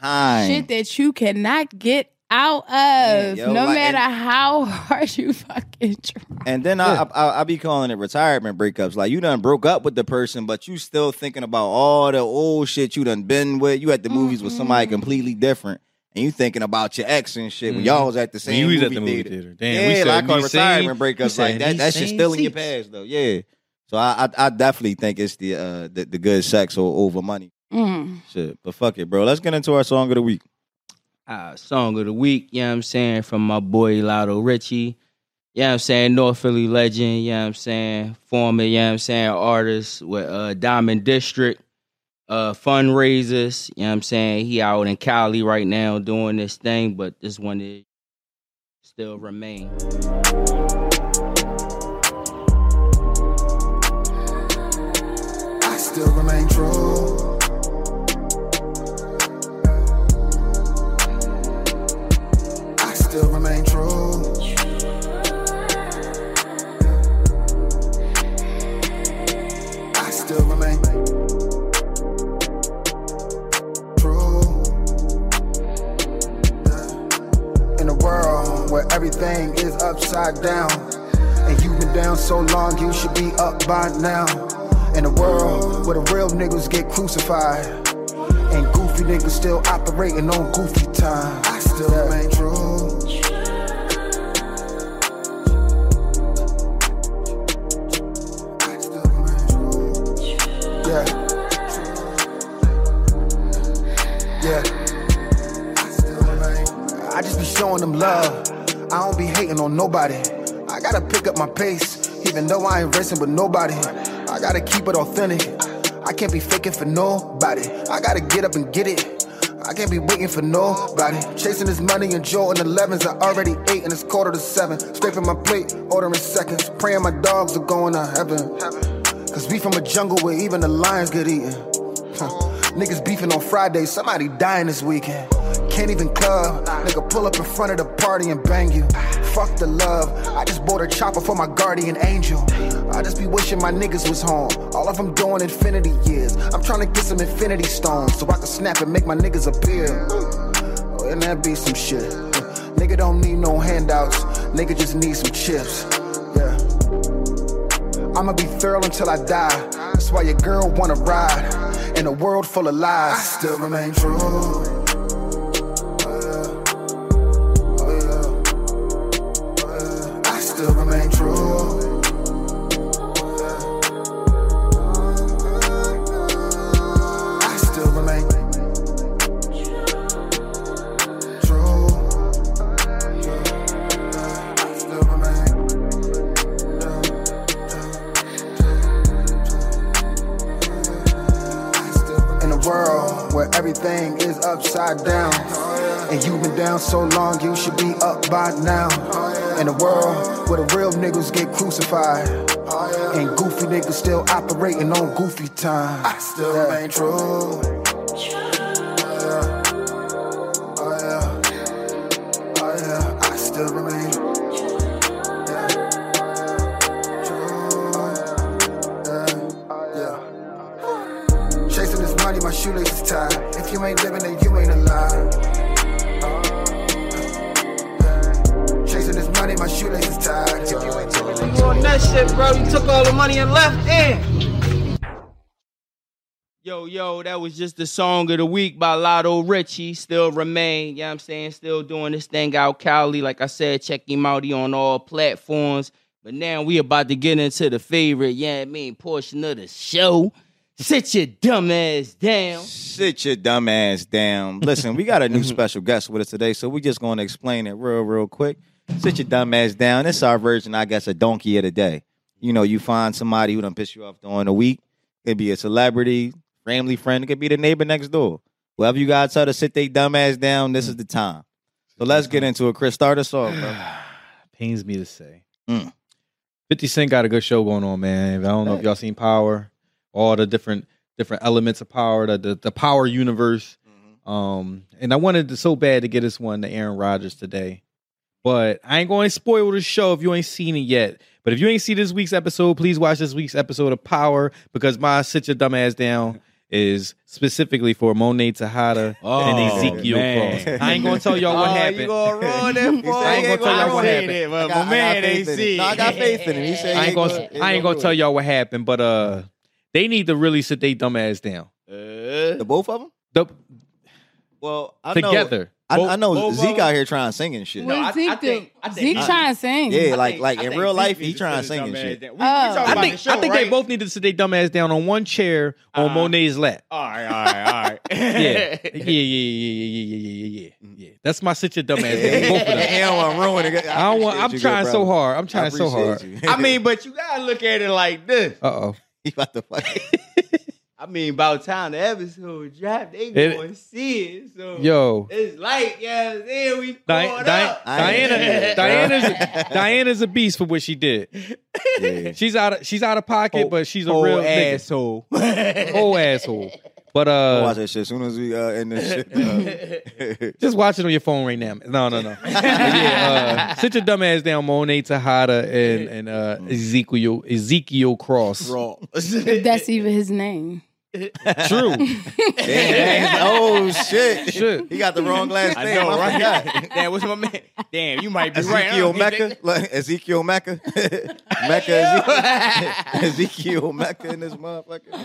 B: time.
D: shit that you cannot get out of,
B: yo,
D: no
B: like,
D: matter
B: and-
D: how hard you fucking try.
B: and then
C: Yeah.
B: I, I I be calling it retirement breakups. Like you done broke up with the person, but you still thinking about all the old shit you done been with. You at the movies with somebody
C: Mm-hmm.
D: Mhm.
B: completely different, and you thinking about your ex and shit when
C: Mhm.
B: y'all was at the same
C: you was
B: movie
C: at the movie
B: theater.
C: theater. Damn, we
B: yeah,
C: said
B: like I call it
C: we seen-
B: retirement breakups
C: we
B: like
C: said
B: that.
C: we
B: That shit's
C: seen
B: still in your
C: seats.
B: past though. Yeah. So I, I I definitely think it's the uh the, the good sex or over money
D: Mm.
B: shit. But fuck it, bro. Let's get into our song of the week.
A: uh, song of the week, you know what I'm saying, from my boy Lotto Richie. You know what I'm saying? North Philly legend, you know what I'm saying? Former, you know what I'm saying, artist with uh, Diamond District uh, fundraisers. You know what I'm saying? He out in Cali right now doing this thing, but this one is still remain.
E: I still remain true. I still remain true. I still remain true. In a world where everything is upside down, and you've been down so long, you should be up by now. In a world where the real niggas get crucified, and goofy niggas still operating on goofy time. I still remain true. I still remain true. Yeah. Yeah. I just be showing them love. I don't be hating on nobody. I gotta pick up my pace, even though I ain't racing with nobody. I gotta keep it authentic. I can't be faking for nobody. I gotta get up and get it. I can't be waiting for nobody. Chasing this money and Jordan 11s. I already ate and it's quarter to seven. Scraping my plate, ordering seconds. Praying my dogs are going to heaven. Cause we from a jungle where even the lions get eaten. Huh. Niggas beefing on Friday, somebody dying this weekend. Can't even club. Nigga pull up in front of the party and bang you. Fuck the love. I just bought a chopper for my guardian angel. I just be wishing my niggas was home. All of them doing infinity years. I'm trying to get some infinity stones so I can snap and make my niggas appear. Oh, and that be some shit. Nigga don't need no handouts. Nigga just need some chips. Yeah. I'ma be thorough until I die. That's why your girl wanna ride in a world full of lies. I still remain true. Oh, yeah. Oh, yeah. Oh, yeah. I still remain true. Oh, yeah. I still remain true. Yeah. I still remain in a world where everything is upside down. And you've been down so long, you should be up by now. In a world where the real niggas get crucified. And goofy niggas still operating on goofy time. I still remain true. Yeah. Oh, yeah. Oh, yeah. I still remain yeah. true. Yeah. Yeah. Chasing this money, my shoelaces tied. If you ain't living, then you ain't alive. Chasing this money, my shoelaces tied. If you ain't living, then you ain't
A: on that shit, bro. You took all the money and left in. Yo, yo, that was just the song of the week by Lotto Richie. Still remain, you know what I'm saying? Still doing this thing out Cali. Like I said, check him out. He on all platforms. But now we about to get into the favorite, yeah, I mean, portion of the show. Sit your dumb ass down.
B: Sit your dumb ass down. Listen, we got a new special guest with us today, so we're just going to explain it real, real quick. Sit your dumb ass down. It's our version, I guess, a donkey of the day. You know, you find somebody who done piss you off during the week. It could be a celebrity, family friend. It could be the neighbor next door. Whoever you got to tell to sit their dumb ass down, this is the time. So let's get into it. Chris, start us off, bro.
C: Pains me to say.
B: Mm.
C: 50 Cent got a good show going on, man. I don't know if y'all seen Power, all the different different elements of power, the the, the power universe. Um, and I wanted to, so bad to get this one to Aaron Rodgers today. But I ain't going to spoil the show if you ain't seen it yet. But if you ain't seen this week's episode, please watch this week's episode of Power because my sit your dumb ass down is specifically for Monet Tejada and
A: Oh,
C: Ezekiel
A: man.
C: Cross. I ain't going to tell y'all what
B: Oh,
C: happened.
B: ruin it
C: for I ain't you. gonna tell y'all what happened.
B: I got, I got faith in it. No, I got faith in him. He said
C: I
B: he
C: ain't gonna,
B: he
C: I ain't gonna
B: do
C: tell
B: it.
C: y'all what happened, but uh, they need to really sit they dumb ass down.
B: The both of them?
C: The
B: Well, I Know,
C: together.
B: I,
C: Bo-
B: I know
A: Bobo-
B: Zeke out here trying to sing and shit.
A: No, I- I
D: What Zeke do?
A: think- I think-
D: Zeke trying to sing.
B: Yeah,
A: I
B: like-
A: think-
B: like,
A: I
B: in
A: think
B: real
A: Zeke
B: life, he
A: needs
B: tryna
A: sit his
B: sing
A: dumb
B: and
A: ass
B: shit.
A: down. We, we
D: Oh.
A: talking
D: I
C: I
A: about
C: think
A: the show,
C: I think
A: right?
C: they both needed to sit their dumb ass down on one chair on
A: Uh,
C: Monet's lap.
A: All right, all right, all
C: Yeah,
A: right.
C: yeah, yeah, yeah, yeah, yeah, yeah, yeah, yeah. yeah. That's my sit your dumb ass down. Both of them.
B: Yeah, I don't want to ruin it.
C: I don't want. I'm trying so hard. I'm trying so hard.
A: I mean, but you gotta look at it like this.
C: Uh oh.
B: he about to fuck.
A: I mean, about time the episode dropped, they
C: It-
A: gonna see it. So
C: Yo.
A: it's like, yeah, then we
C: Di-
A: caught
C: Di-
A: up.
B: I ain't
C: Diana,
B: shit, bro.
C: Diana's Diana's a beast for what she did.
B: Yeah.
C: She's out of she's out of pocket,
A: Whole-
C: but she's a
A: Old
C: real ass,
A: asshole.
C: whole asshole. But
B: I'll
C: uh,
B: watch that shit as soon as we uh, end this shit.
C: just watch it on your phone right now. No, no, no. But yeah, uh, sit your dumb ass down, Monet Tejada and and uh, Ezekiel Ezekiel Cross.
D: If that's even his name.
C: True.
B: Damn. Oh shit!
C: Shit.
B: He got the wrong last
A: I
B: name.
A: know,
B: I
A: right?
B: forgot.
A: Damn, what's my man? Damn, you might be right. I
B: Ezekiel
A: don't think
B: Mecca, like Ezekiel Mecca, Mecca, Ezekiel, Ezekiel Mecca in this motherfucker.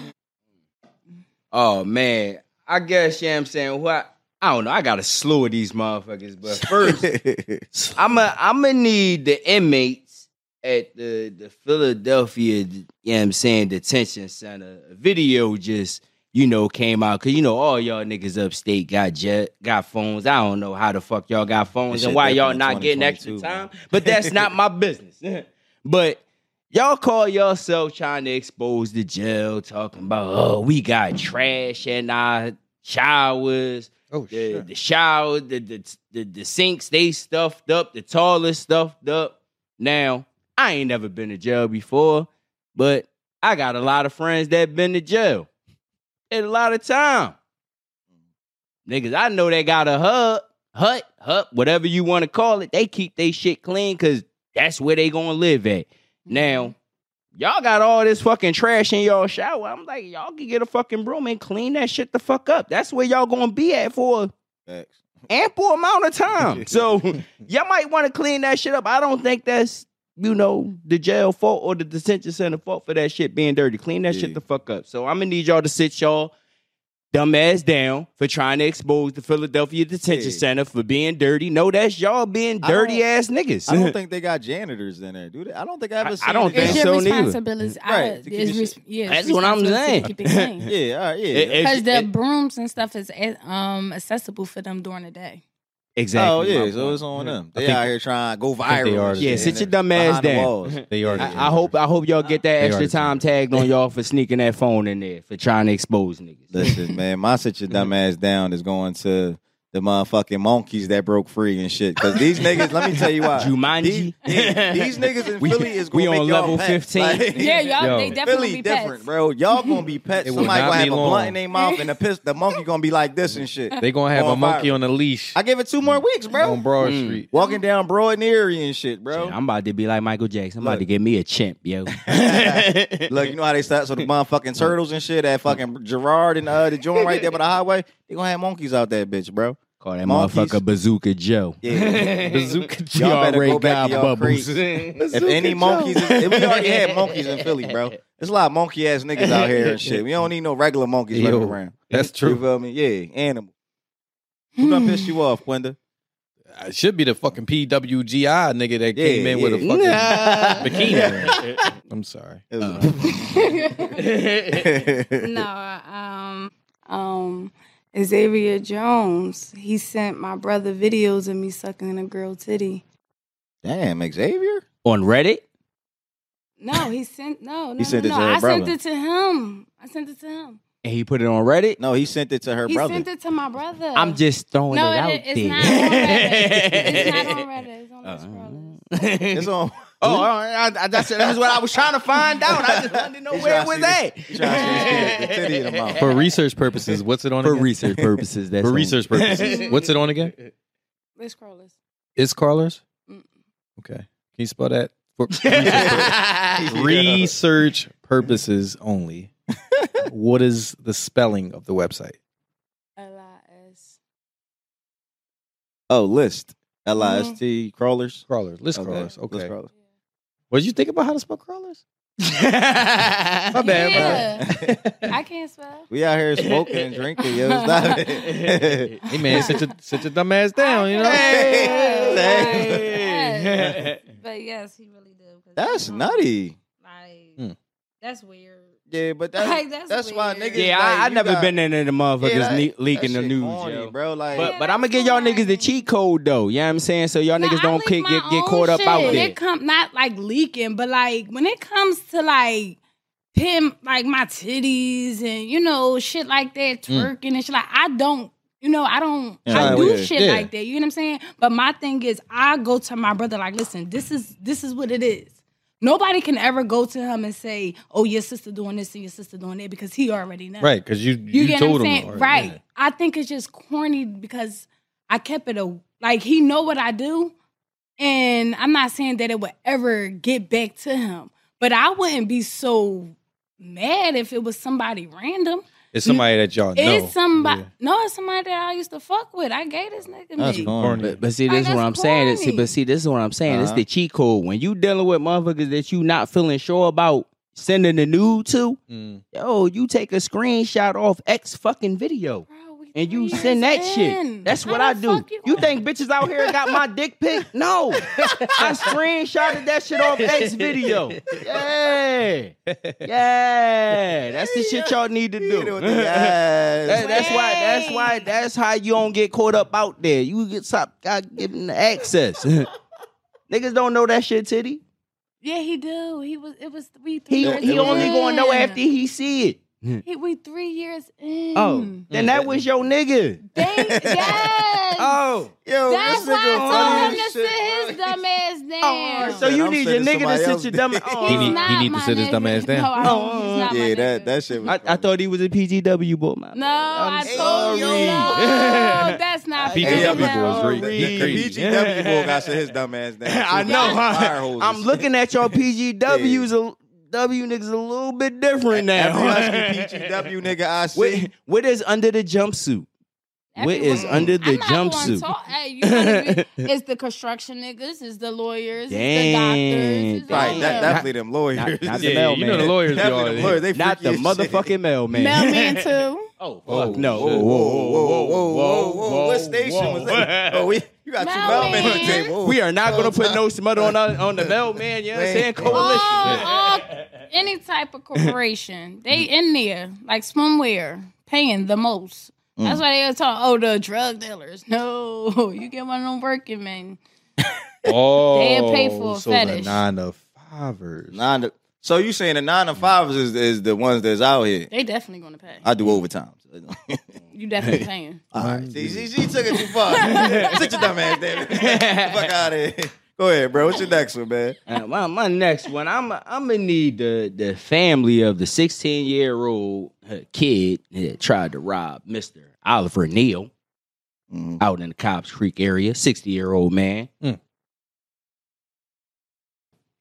A: Oh man, I guess yeah, I'm saying what I don't know. I got a slew of these motherfuckers, but first I'm a I'm gonna need the inmates at the the Philadelphia, you know what I'm saying, detention center. A video just you know came out because you know all y'all niggas upstate got jet got phones. I don't know how the fuck y'all got phones
B: This
A: and
B: shit
A: why y'all
B: definitely
A: not getting extra
B: 2022, man.
A: time, but that's not my business. but Y'all call yourself trying to expose the jail, talking about, oh, we got trash in our showers.
C: Oh
A: The,
C: shit.
A: the shower, the, the the the sinks, they stuffed up, the toilets stuffed up. Now, I ain't never been to jail before, but I got a lot of friends that been to jail. And a lot of time. Niggas, I know they got a hub, hut, hut, whatever you want to call it. They keep they shit clean because that's where they gonna live at. Now, y'all got all this fucking trash in y'all shower. I'm like, y'all can get a fucking broom and clean that shit the fuck up. That's where y'all gonna be at for an
B: Facts.
A: ample amount of time. So y'all might want to clean that shit up. I don't think that's you know the jail fault or the detention center fault for that shit being dirty. Clean that
B: Yeah.
A: shit the fuck up. So I'm gonna need y'all to sit y'all dumbass down for trying to expose the Philadelphia detention
B: Yeah.
A: center for being dirty. No, that's y'all being
B: I don't-
A: dirty ass niggas.
B: I don't think they got janitors in there, dude. I don't think I ever
A: I- I
B: seen.
A: don't
B: a
A: think
D: It's
B: janitor.
A: so
D: your
A: neither.
D: responsibility.
B: Right, to
D: I-
B: keep
D: it's
B: it
D: res- yeah, it's
A: That's what I'm
D: responsibility to
A: saying.
D: Keep it clean.
B: Yeah, all right, yeah.
A: It- it's-
D: Because the
A: it-
D: brooms and stuff is eh, um accessible for them during the day.
A: exactly.
B: oh
A: my
B: yeah,
A: point.
B: so it's on them.
C: I
B: They
C: think-
B: out here trying to go
C: think they are
B: viral. and
C: the
B: shit
A: Yeah,
C: Yeah,
A: sit
B: in
A: your
B: there,
A: dumb ass
B: behind the
A: down.
B: walls.
C: They are. the
A: I, I hope I hope y'all get that
C: They
A: extra
C: already
A: time tagged on y'all for sneaking that phone in there for trying to expose niggas.
B: Listen, man, my sit your dumb ass down is going to the motherfucking monkeys that broke free and shit. Because these niggas, let me tell you why.
A: Jumanji?
B: These, yeah, these niggas in
A: We-
B: Philly is
A: we
B: going to make
A: on
B: y'all
A: level
B: pets.
A: 15.
B: Like-
D: Yeah, y'all
C: Yo.
D: they definitely
B: Philly
D: be pets.
B: different, bro. Y'all gonna be pets.
C: It will
B: Somebody
C: not
B: gonna
C: be
B: have
C: long.
B: a blunt in their mouth and a pistol. The monkey gonna be like this and shit.
C: They gonna have a
B: Going
C: monkey
B: viral.
C: on a leash
B: I give it two more weeks,
C: on
B: bro.
C: Broad
A: Mm.
C: Street.
B: Walking down Broad and Erie and shit, bro.
A: Shit, I'm about to be like Michael Jackson. I'm about
B: Look.
A: to get me a chimp, yo.
B: Look, you know how they start so the motherfucking turtles and shit at fucking Gerard and uh, the joint right there by the highway. They gonna have monkeys out that bitch, bro.
A: Call that
B: Monkeys.
A: motherfucker Bazooka Joe.
B: Yeah.
C: Bazooka Joe.
B: Y'all better
A: Ray
B: go back
A: Guy
B: to y'all
A: Bubbles.
B: creeks. If any monkeys, is, if we already had monkeys in Philly, bro. There's a lot of monkey ass niggas out here and shit. We don't need no regular monkeys
C: Yo,
B: running around.
C: That's
B: You
C: true.
B: feel me? Yeah, animal. Who done pissed you off, Wenda?
C: It should be the fucking PWGI nigga that came
B: Yeah,
C: in with a
B: yeah.
C: fucking
A: Nah.
C: bikini. I'm sorry.
B: It was
D: no, um, um, Xavier Jones. He sent my brother videos of me sucking a girl titty.
B: Damn, Xavier?
A: On Reddit?
D: No, he sent no, no,
B: He sent
D: no,
B: it
D: no.
B: to her
D: I sent
B: brother.
D: it to him. I sent it to him.
A: And he put it on Reddit?
B: No, he sent it to her
D: he
B: brother.
D: sent it to my brother.
A: I'm just throwing
D: no,
A: it, out
D: it, it's
A: there.
D: not on Reddit. it's not on Reddit. It's on the scrollers.
B: Uh-huh.
A: Uh-uh.
B: It's on.
A: Oh, all right. I, I, that's, that's what I was trying to find out. I just wanted to know
B: He's
A: where it
B: trying to
A: was
B: see
A: at.
B: the- he's trying to see the titty in the mouth.
C: For research purposes, what's it on
A: For
C: again?
A: research purposes, that's
C: For
A: on-
C: research purposes. What's it on again?
D: The scrollers.
C: It's Carlers?
D: Mm.
C: Okay. Can you spell that? For research, pur- research purposes only. what is the spelling of the website?
D: L I S.
B: Oh, list. L I S T crawlers.
C: Crawlers. List crawlers. Okay.
B: List crawlers.
C: Was you thinking about how to spell crawlers?
A: My
B: bad.
D: I can't spell.
B: we out here smoking and drinking, yo. Stop it.
F: Hey man, sit your sit your dumb ass down. You know.
A: Hey.
G: But yes, he really did. 'cause
B: That's
G: he don't,
B: nutty.
G: Like
F: Hmm.
G: that's weird.
B: Yeah, but that's
G: Like, that's
B: that's why
G: weird.
B: niggas.
A: Yeah,
B: like,
A: I, I
B: you
A: never
B: got-
A: been into the motherfuckers
B: Yeah, that-
A: le-
B: that
A: leaking the
B: shit
A: news,
B: corny,
A: yo.
B: bro. Like,
A: But but I'm gonna get y'all niggas the cheat code though. Yeah, you know what I'm saying so y'all
D: Nah,
A: niggas
D: I
A: don't
D: leak
A: kick,
D: my
A: get get
D: own
A: caught up
D: shit.
A: out there.
D: It come not like leaking, but like when it comes to like pimp, like my titties and you know shit like that,
A: Hmm.
D: twerking and shit. Like I don't, you know, I don't.
B: Yeah,
D: I do
B: yeah,
D: shit
F: yeah.
D: like that. You know what I'm saying? But my thing is, I go to my brother like, listen, this is this is what it is. Nobody can ever go to him and say, "Oh, your sister doing this and your sister doing that," because he already knows.
F: Right, because you
D: You,
F: you,
D: get
F: told
D: what I'm
F: him
D: saying?
F: already.
D: right.
F: Yeah.
D: I think it's just corny because I kept it a like he know what I do, and I'm not saying that it would ever get back to him, but I wouldn't be so mad if it was somebody random.
F: It's somebody that y'all know.
D: It's somebody
F: Yeah.
D: no, it's somebody that I used to fuck with. I gave this nigga
B: that's
D: me.
B: corny.
A: But, but see,
D: Like,
A: this is what
D: Oh, that's
A: I'm saying. It's-
D: corny.
A: but see, this is what I'm saying. It's
B: Uh-huh.
A: the cheat code. When you dealing with motherfuckers that you not feeling sure about sending the nude to,
F: Mm.
A: yo, you take a screenshot off X fucking video
D: Bro, we
A: and you
D: three
A: send
D: years
A: that
D: in.
A: shit. That's
D: How
A: what
D: the
A: I do.
D: fuck
A: You think bitches out here got my dick pic? No, I screenshotted that shit off X video. Yeah, yeah, that's the shit y'all need to
B: You know
A: do.
B: what the guys-
A: That- that's why. That's why. That's how you don't get caught up out there. You get stop God given access. Niggas don't know that shit, titty.
D: Yeah, he do. He was it was we three
A: He
D: years
A: he only
D: in.
A: gonna know after he see it.
D: he, we three years in.
A: Oh, then
D: Mm.
A: that
B: Mm-hmm.
A: was your nigga.
D: They- yes.
A: Oh,
B: Yo,
D: That's
B: this
D: why
B: nigga
D: I told
B: funny
D: him to
B: as
D: sit
B: shit, Oh,
D: his
B: bro.
D: dumb ass down.
A: so
B: Man,
A: you
B: I'm
A: need your
B: sending
A: nigga
B: somebody
A: to
B: else
A: sit your dumb.
B: dick.
D: He's
F: He need- he
A: Oh.
D: not
F: need to
D: my
F: sit his
D: nigga.
F: dumb ass down.
D: No, I don't. He's not my
B: Yeah,
D: nigga.
B: that that shit. Was
A: I, I
B: funny.
A: thought he was a PGW boy. My
D: No,
A: i
D: i told you. No, that's not
A: Hey,
D: fair.
F: PGW
D: No.
F: boy is re-
B: The
F: he crazy.
B: PGW boy got to his dumb ass down.
A: I
B: too.
A: know.
B: Fire hose
A: Huh?
B: and
A: I'm
B: shit.
A: looking at your PGWs. A, w niggas a little bit different now.
B: Every husky PGW nigga I see.
A: What, what is under the jumpsuit? What is
D: Everyone-
A: under
D: I'm
A: the
D: not gonna
A: jumpsuit?
D: talk- Hey, you gotta be- it's the construction niggas, it's the lawyers,
A: Dang.
D: it's the doctors, it's all
B: Right, that,
D: them.
B: definitely them lawyers.
A: Not- not the
F: Yeah,
A: mailman.
F: you know the lawyers. be all
B: Definitely them lawyers. They
A: Not the
B: freaky as shit.
A: motherfucking mailman.
D: Mailman too.
A: Oh,
F: Whoa,
A: fuck no.
F: whoa,
B: What station was that? Oh, we, you got two
D: Mailman.
B: mailmen on the table.
A: We are not gonna put
B: time.
A: no smut on our- on the mailman. You know what I'm saying?
B: Man.
A: Coalition.
D: All, all- Oh, any type of corporation, they in there like swimwear, paying the most. That's why they always talk. Oh, the drug dealers. No, you get one of them working men.
F: Oh,
D: They'll pay for a
F: so
D: fetish.
F: the nine to fivers.
B: Nine to, so you saying the nine to fives is, is the ones that's out here?
D: They definitely gonna pay.
B: I do overtime.
D: You definitely paying.
B: All right. See, she, she took it too far. Sit your dumb ass down. Fuck out of here. Go ahead, bro. What's your next one, man?
A: Uh, my, my next one, I'm I'm gonna need the the family of the 16 year old uh, kid that tried to rob Mister Oliver Neal
B: Mhm.
A: out in the Cobbs Creek area. 60 year old man.
F: Mm.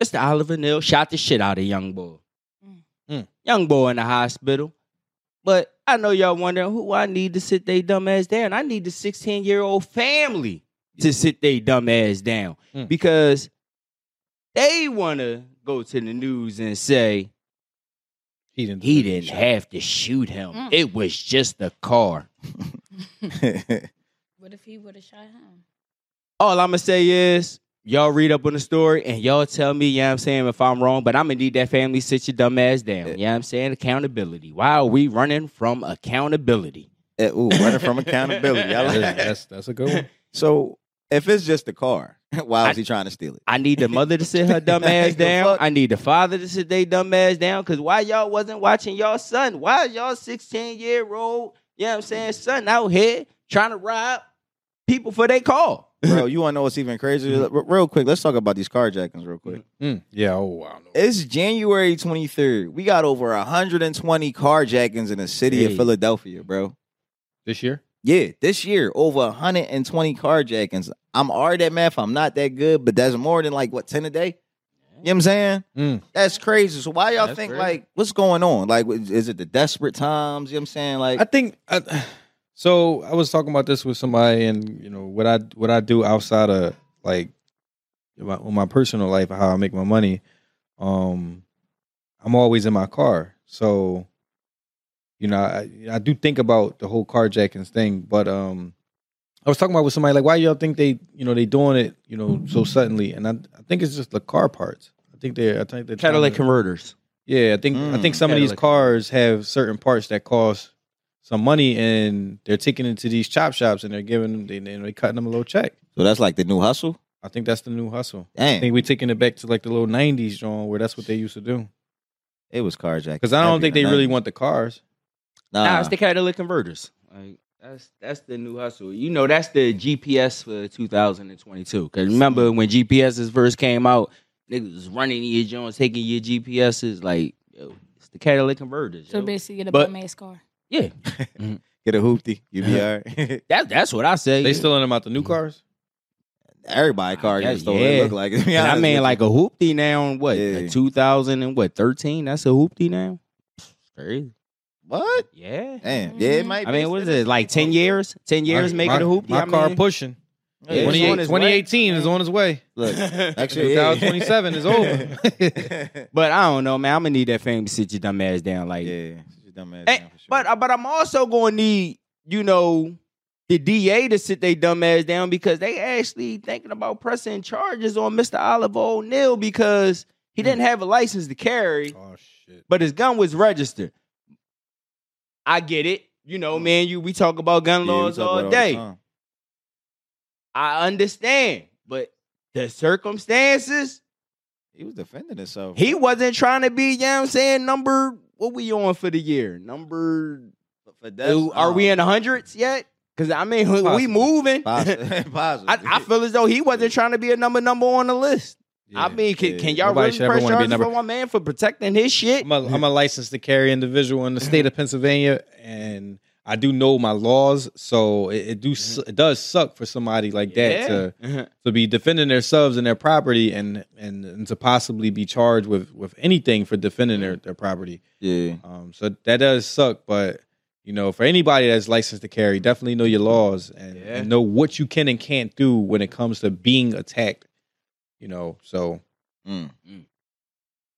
A: Mister Oliver Neal shot the shit out of young boy.
D: Mm.
F: Mm.
A: Young boy in the hospital. But I know y'all wondering who I need to sit they dumb ass down. I need the 16 year old family to sit they dumb ass down
F: Mm.
A: because they want to go to the news and say
F: He didn't.
A: he didn't have to shoot him.
D: Mm.
A: It was just the car.
B: Mm-hmm.
D: What if he would have shot him?
A: All I'm going to say is y'all read up on the story and y'all tell me, yeah, I'm saying if I'm wrong, but I'm going to need that family sit your dumb ass down. Yeah, I'm saying accountability. Why are we running from accountability?
B: Eh, Ooh, running from accountability. I like that.
F: That's, that's that's a good one.
B: So if it's just the car, why was he trying to steal it?
A: I need the mother to sit her dumb ass
B: The
A: down.
B: fuck?
A: I need the father to sit they dumb ass down. Cause why y'all wasn't watching y'all son? Why is y'all 16 year old, you know what I'm saying, son out here trying to rob people for their call?
B: Bro, you want to know what's even crazier? R- real quick, let's talk about these carjackings real quick.
F: Mm. Yeah. Oh wow. No.
B: It's January 23rd. We got over 120 carjackings in the city of
A: Hey.
B: Philadelphia, bro.
F: This year.
B: Yeah, this year over 120 carjackings. I'm already at math. I'm not that good, but that's more than like what 10 a day. You know what I'm saying?
F: Mm.
B: That's crazy. So why y'all
A: That's
B: think
A: crazy.
B: like what's going on? Like is is it the desperate times? You know what I'm saying? Like
F: I think.
C: uh,
F: I, so I was talking about this with somebody, and you know what I what I do outside of like my, with my personal life, how I make my money. Um,
C: I'm always in my car. So, you know, I, I do think about the whole carjackings thing, but um, I was talking about with somebody like, why y'all think they, you know, they doing it, you know, so suddenly? And I, I think it's just the car parts. I think they're, I think they're trying
A: Cadillac
C: to-
A: converters.
C: yeah, I think I
B: Mm.
C: think some of these
A: Cadillac.
C: cars have certain parts that cost some money, and they're taking it to these chop shops, and they're giving them, they, they're cutting them a little check.
B: So that's like the new hustle.
C: I think that's the new hustle. I
B: Dang,
C: think we're taking it back to like the little '90s, John, where that's what they used to do.
B: it was carjacking.
C: Because I don't
B: Heavy
C: think they
B: in the
C: really
B: 90s.
C: want the cars.
B: Nah,
A: Nah, it's the catalytic converters. Uh, Like that's that's the new hustle. You know, that's the GPS for 2022. Cause remember when GPSs first came out, niggas was running your joints, taking your GPSs. Like, yo, it's the catalytic converters.
H: So
A: yo.
H: basically, get a
A: But-
H: bum ass car.
A: yeah,
B: get a hoopty. You be all right.
A: that that's what I say.
C: They stealing them out the new cars.
B: Everybody car
A: Yeah,
B: gets stolen. It
A: yeah.
B: look like. to be
A: And I
B: honest
A: mean,
B: with
A: like a hoopty now. and What
B: Yeah.
A: 2000 and what 13? That's a hoopty now. Crazy.
B: you. what?
A: Yeah.
B: Damn. Yeah, it
H: Mhm.
B: might.
A: Mm-hmm. I
B: be.
A: mean, what is it like 10 years? 10 years
C: My-
A: making
C: my-
A: a hoopty.
C: My
A: I
C: car
A: mean,
C: pushing.
A: Yeah, it's
C: 28
A: on its way.
C: 2018 is on its way.
B: Look, next year, yeah.
C: 2027 is over.
A: But I don't know, man. I'm gonna need that fame to sit your dumb ass down. Like,
B: yeah, she's a dumbass
A: Eh,
B: now for sure.
A: But but I'm also gonna need you know the DA to sit their dumb ass down because they actually thinking about pressing charges on Mr. Oliver O'Neill because he
B: Hmm.
A: didn't have a license to carry,
C: oh shit!
A: but his gun was registered. I get it. You know, man, you we talk about gun
B: Hmm. Yeah, we
A: laws
B: talk about it
A: all
B: the
A: day.
B: time.
A: I understand, but the circumstances,
B: He was defending himself.
A: he wasn't trying to be, you know what I'm saying, number what we on for the year? Number
B: For that,
A: Do- are
B: uh,
A: we in the hundreds yet? Because I mean, we
C: Possibly.
A: moving. I,
B: Positive. positive.
A: I feel as though he wasn't trying to be a number number on the list. I mean, can,
B: yeah.
A: can y'all
C: Nobody
A: really
C: should ever
A: press
C: wanna be
A: charges
C: number-
A: for my man for protecting his shit?
C: I'm a, I'm a licensed to carry individual in the state of Pennsylvania, and I do know my laws. So it, it do su-
A: Mm-hmm.
C: it does suck for somebody like that to to be defending themselves and their property, and, and and to possibly be charged with with anything for defending their, their property.
B: Yeah.
C: Um, so that does suck, but you know, for anybody that's licensed to carry, definitely know your laws and,
A: Yeah.
C: and know what you can and can't do when it comes to being attacked. You know, so
B: Mm.
A: You know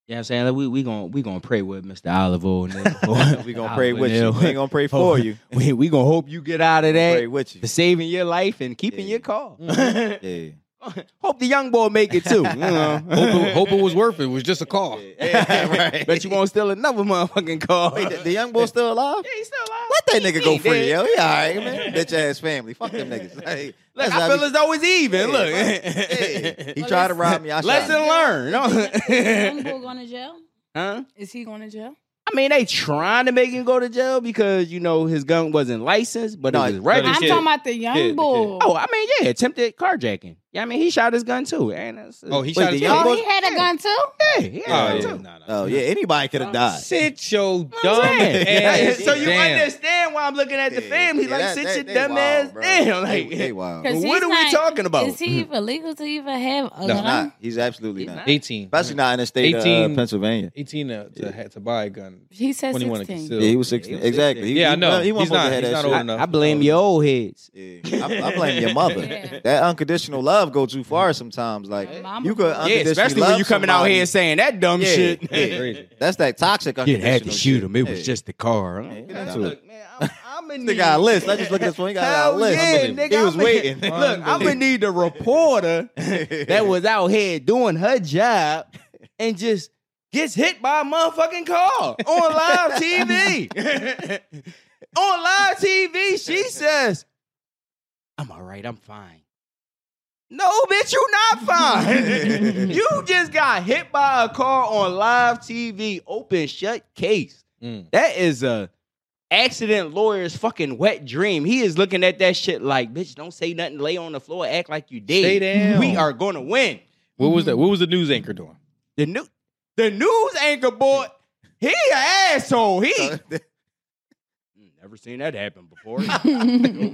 A: what I'm saying? Like, we we gonna we gonna pray with Mr. Olivo. And Mm.
B: we gonna pray with you. We ain't gonna pray for you.
A: we, we gonna hope you get out of
B: Pray
A: that
B: with you.
A: for saving your life and keeping
B: Yeah.
A: your car.
B: Yeah.
A: hope the young boy make it too. You know?
C: hope it, hope it was worth it. It was just a call.
B: right.
A: Bet you won't steal another motherfucking car.
B: Wait, the, the young boy still alive?
A: Yeah, he's still alive.
B: Let that
A: He-
B: nigga go
A: he
B: free,
A: dead.
B: yo. He all right, man. Bitch ass family. Fuck them niggas. Like,
A: Look,
B: that's
A: I
B: how
A: feel as though it's even.
B: Yeah,
A: Look,
B: fuck- yeah. He tried to rob me. I shot
A: lesson
B: him.
A: learned. No.
D: Young boy going to jail.
A: huh?
H: Is he going to jail?
A: I mean, they trying to make him go to jail because you know his gun wasn't licensed, but
B: No,
A: it was
B: no,
A: registered.
H: I'm
C: kid.
H: talking about the young
C: Kid, the kid.
H: boy.
A: Oh, I mean, yeah, attempted carjacking. Yeah, I mean, he shot his gun too. And that's-
C: Oh, he
A: Wait,
C: shot
A: the
C: his
A: young
B: gun?
A: boy-
H: oh, he had a gun too.
A: Yeah, he
B: Oh,
A: had
B: yeah.
A: his gun too.
B: Oh yeah, anybody could have died.
C: Sit your dumb
A: I'm saying.
C: ass
A: so you
C: down.
A: understand why I'm looking at the
B: Yeah,
A: family
B: yeah,
A: like
B: that-
A: sit
B: that-
A: your
B: they
A: dumb
B: wild,
A: ass
B: bro.
A: down. Like,
B: they, they wild.
D: 'Cause
A: what
D: he's
A: are we
D: not-
A: talking about?
D: Is he even legal to even have
C: No.
D: a
B: He's
D: gun?
B: not. He's absolutely
A: He's
B: not.
A: not.
C: Eighteen,
B: Especially not in the state of
C: 18.
B: uh, Pennsylvania.
C: 18 to, to, ha- to buy a gun.
H: He said
C: Twenty-one to
H: 16.
C: conceal.
B: Yeah, he was
A: Yeah, he
B: 16.
A: was
B: exactly.
A: 16.
B: He,
C: Yeah, I
B: he-
C: know.
B: He wasn't
C: He's not-
B: supposed to have
C: he's
B: that
C: not
B: shit.
C: old
A: I,
C: enough.
A: I blame your old heads.
B: Yeah, I, I blame your mother.
D: Yeah.
B: That unconditional love go too far sometimes. Like
D: My mama
B: you could,
D: would. Yeah,
A: Yeah,
B: unconditionally
A: especially when
B: love
A: you coming out
B: somebody.
A: here saying that dumb
B: Yeah,
A: shit.
B: yeah.
C: Crazy.
B: that's that toxic
A: You
B: unconditional.
A: didn't have to shoot
B: shit.
A: him. It was
B: Yeah.
A: just the car. huh?
B: Yeah,
A: Man,
B: that's
A: look, man, I'm, I'm in
B: They got a list. Let's just look at this one. He got a
A: Hell
B: list.
A: yeah,
B: Unbelievable.
A: nigga,
B: he was
A: I'm in-
B: waiting.
A: Look, I'm gonna need the reporter that was out here doing her job and just gets hit by a motherfucking car on live TV. on live TV, she says, "I'm all right. I'm fine." No, bitch, you not fine. you just got hit by a car on live TV. Open shut case.
C: Mm.
A: That is a accident lawyer's fucking wet dream. He is looking at that shit like, bitch, don't say nothing. Lay on the floor, act like you did.
C: Stay down.
A: We are gonna win.
C: What was that? What was the news anchor doing?
A: The new the news anchor boy, he a asshole. He Mm, never seen that happen before. okay. I'm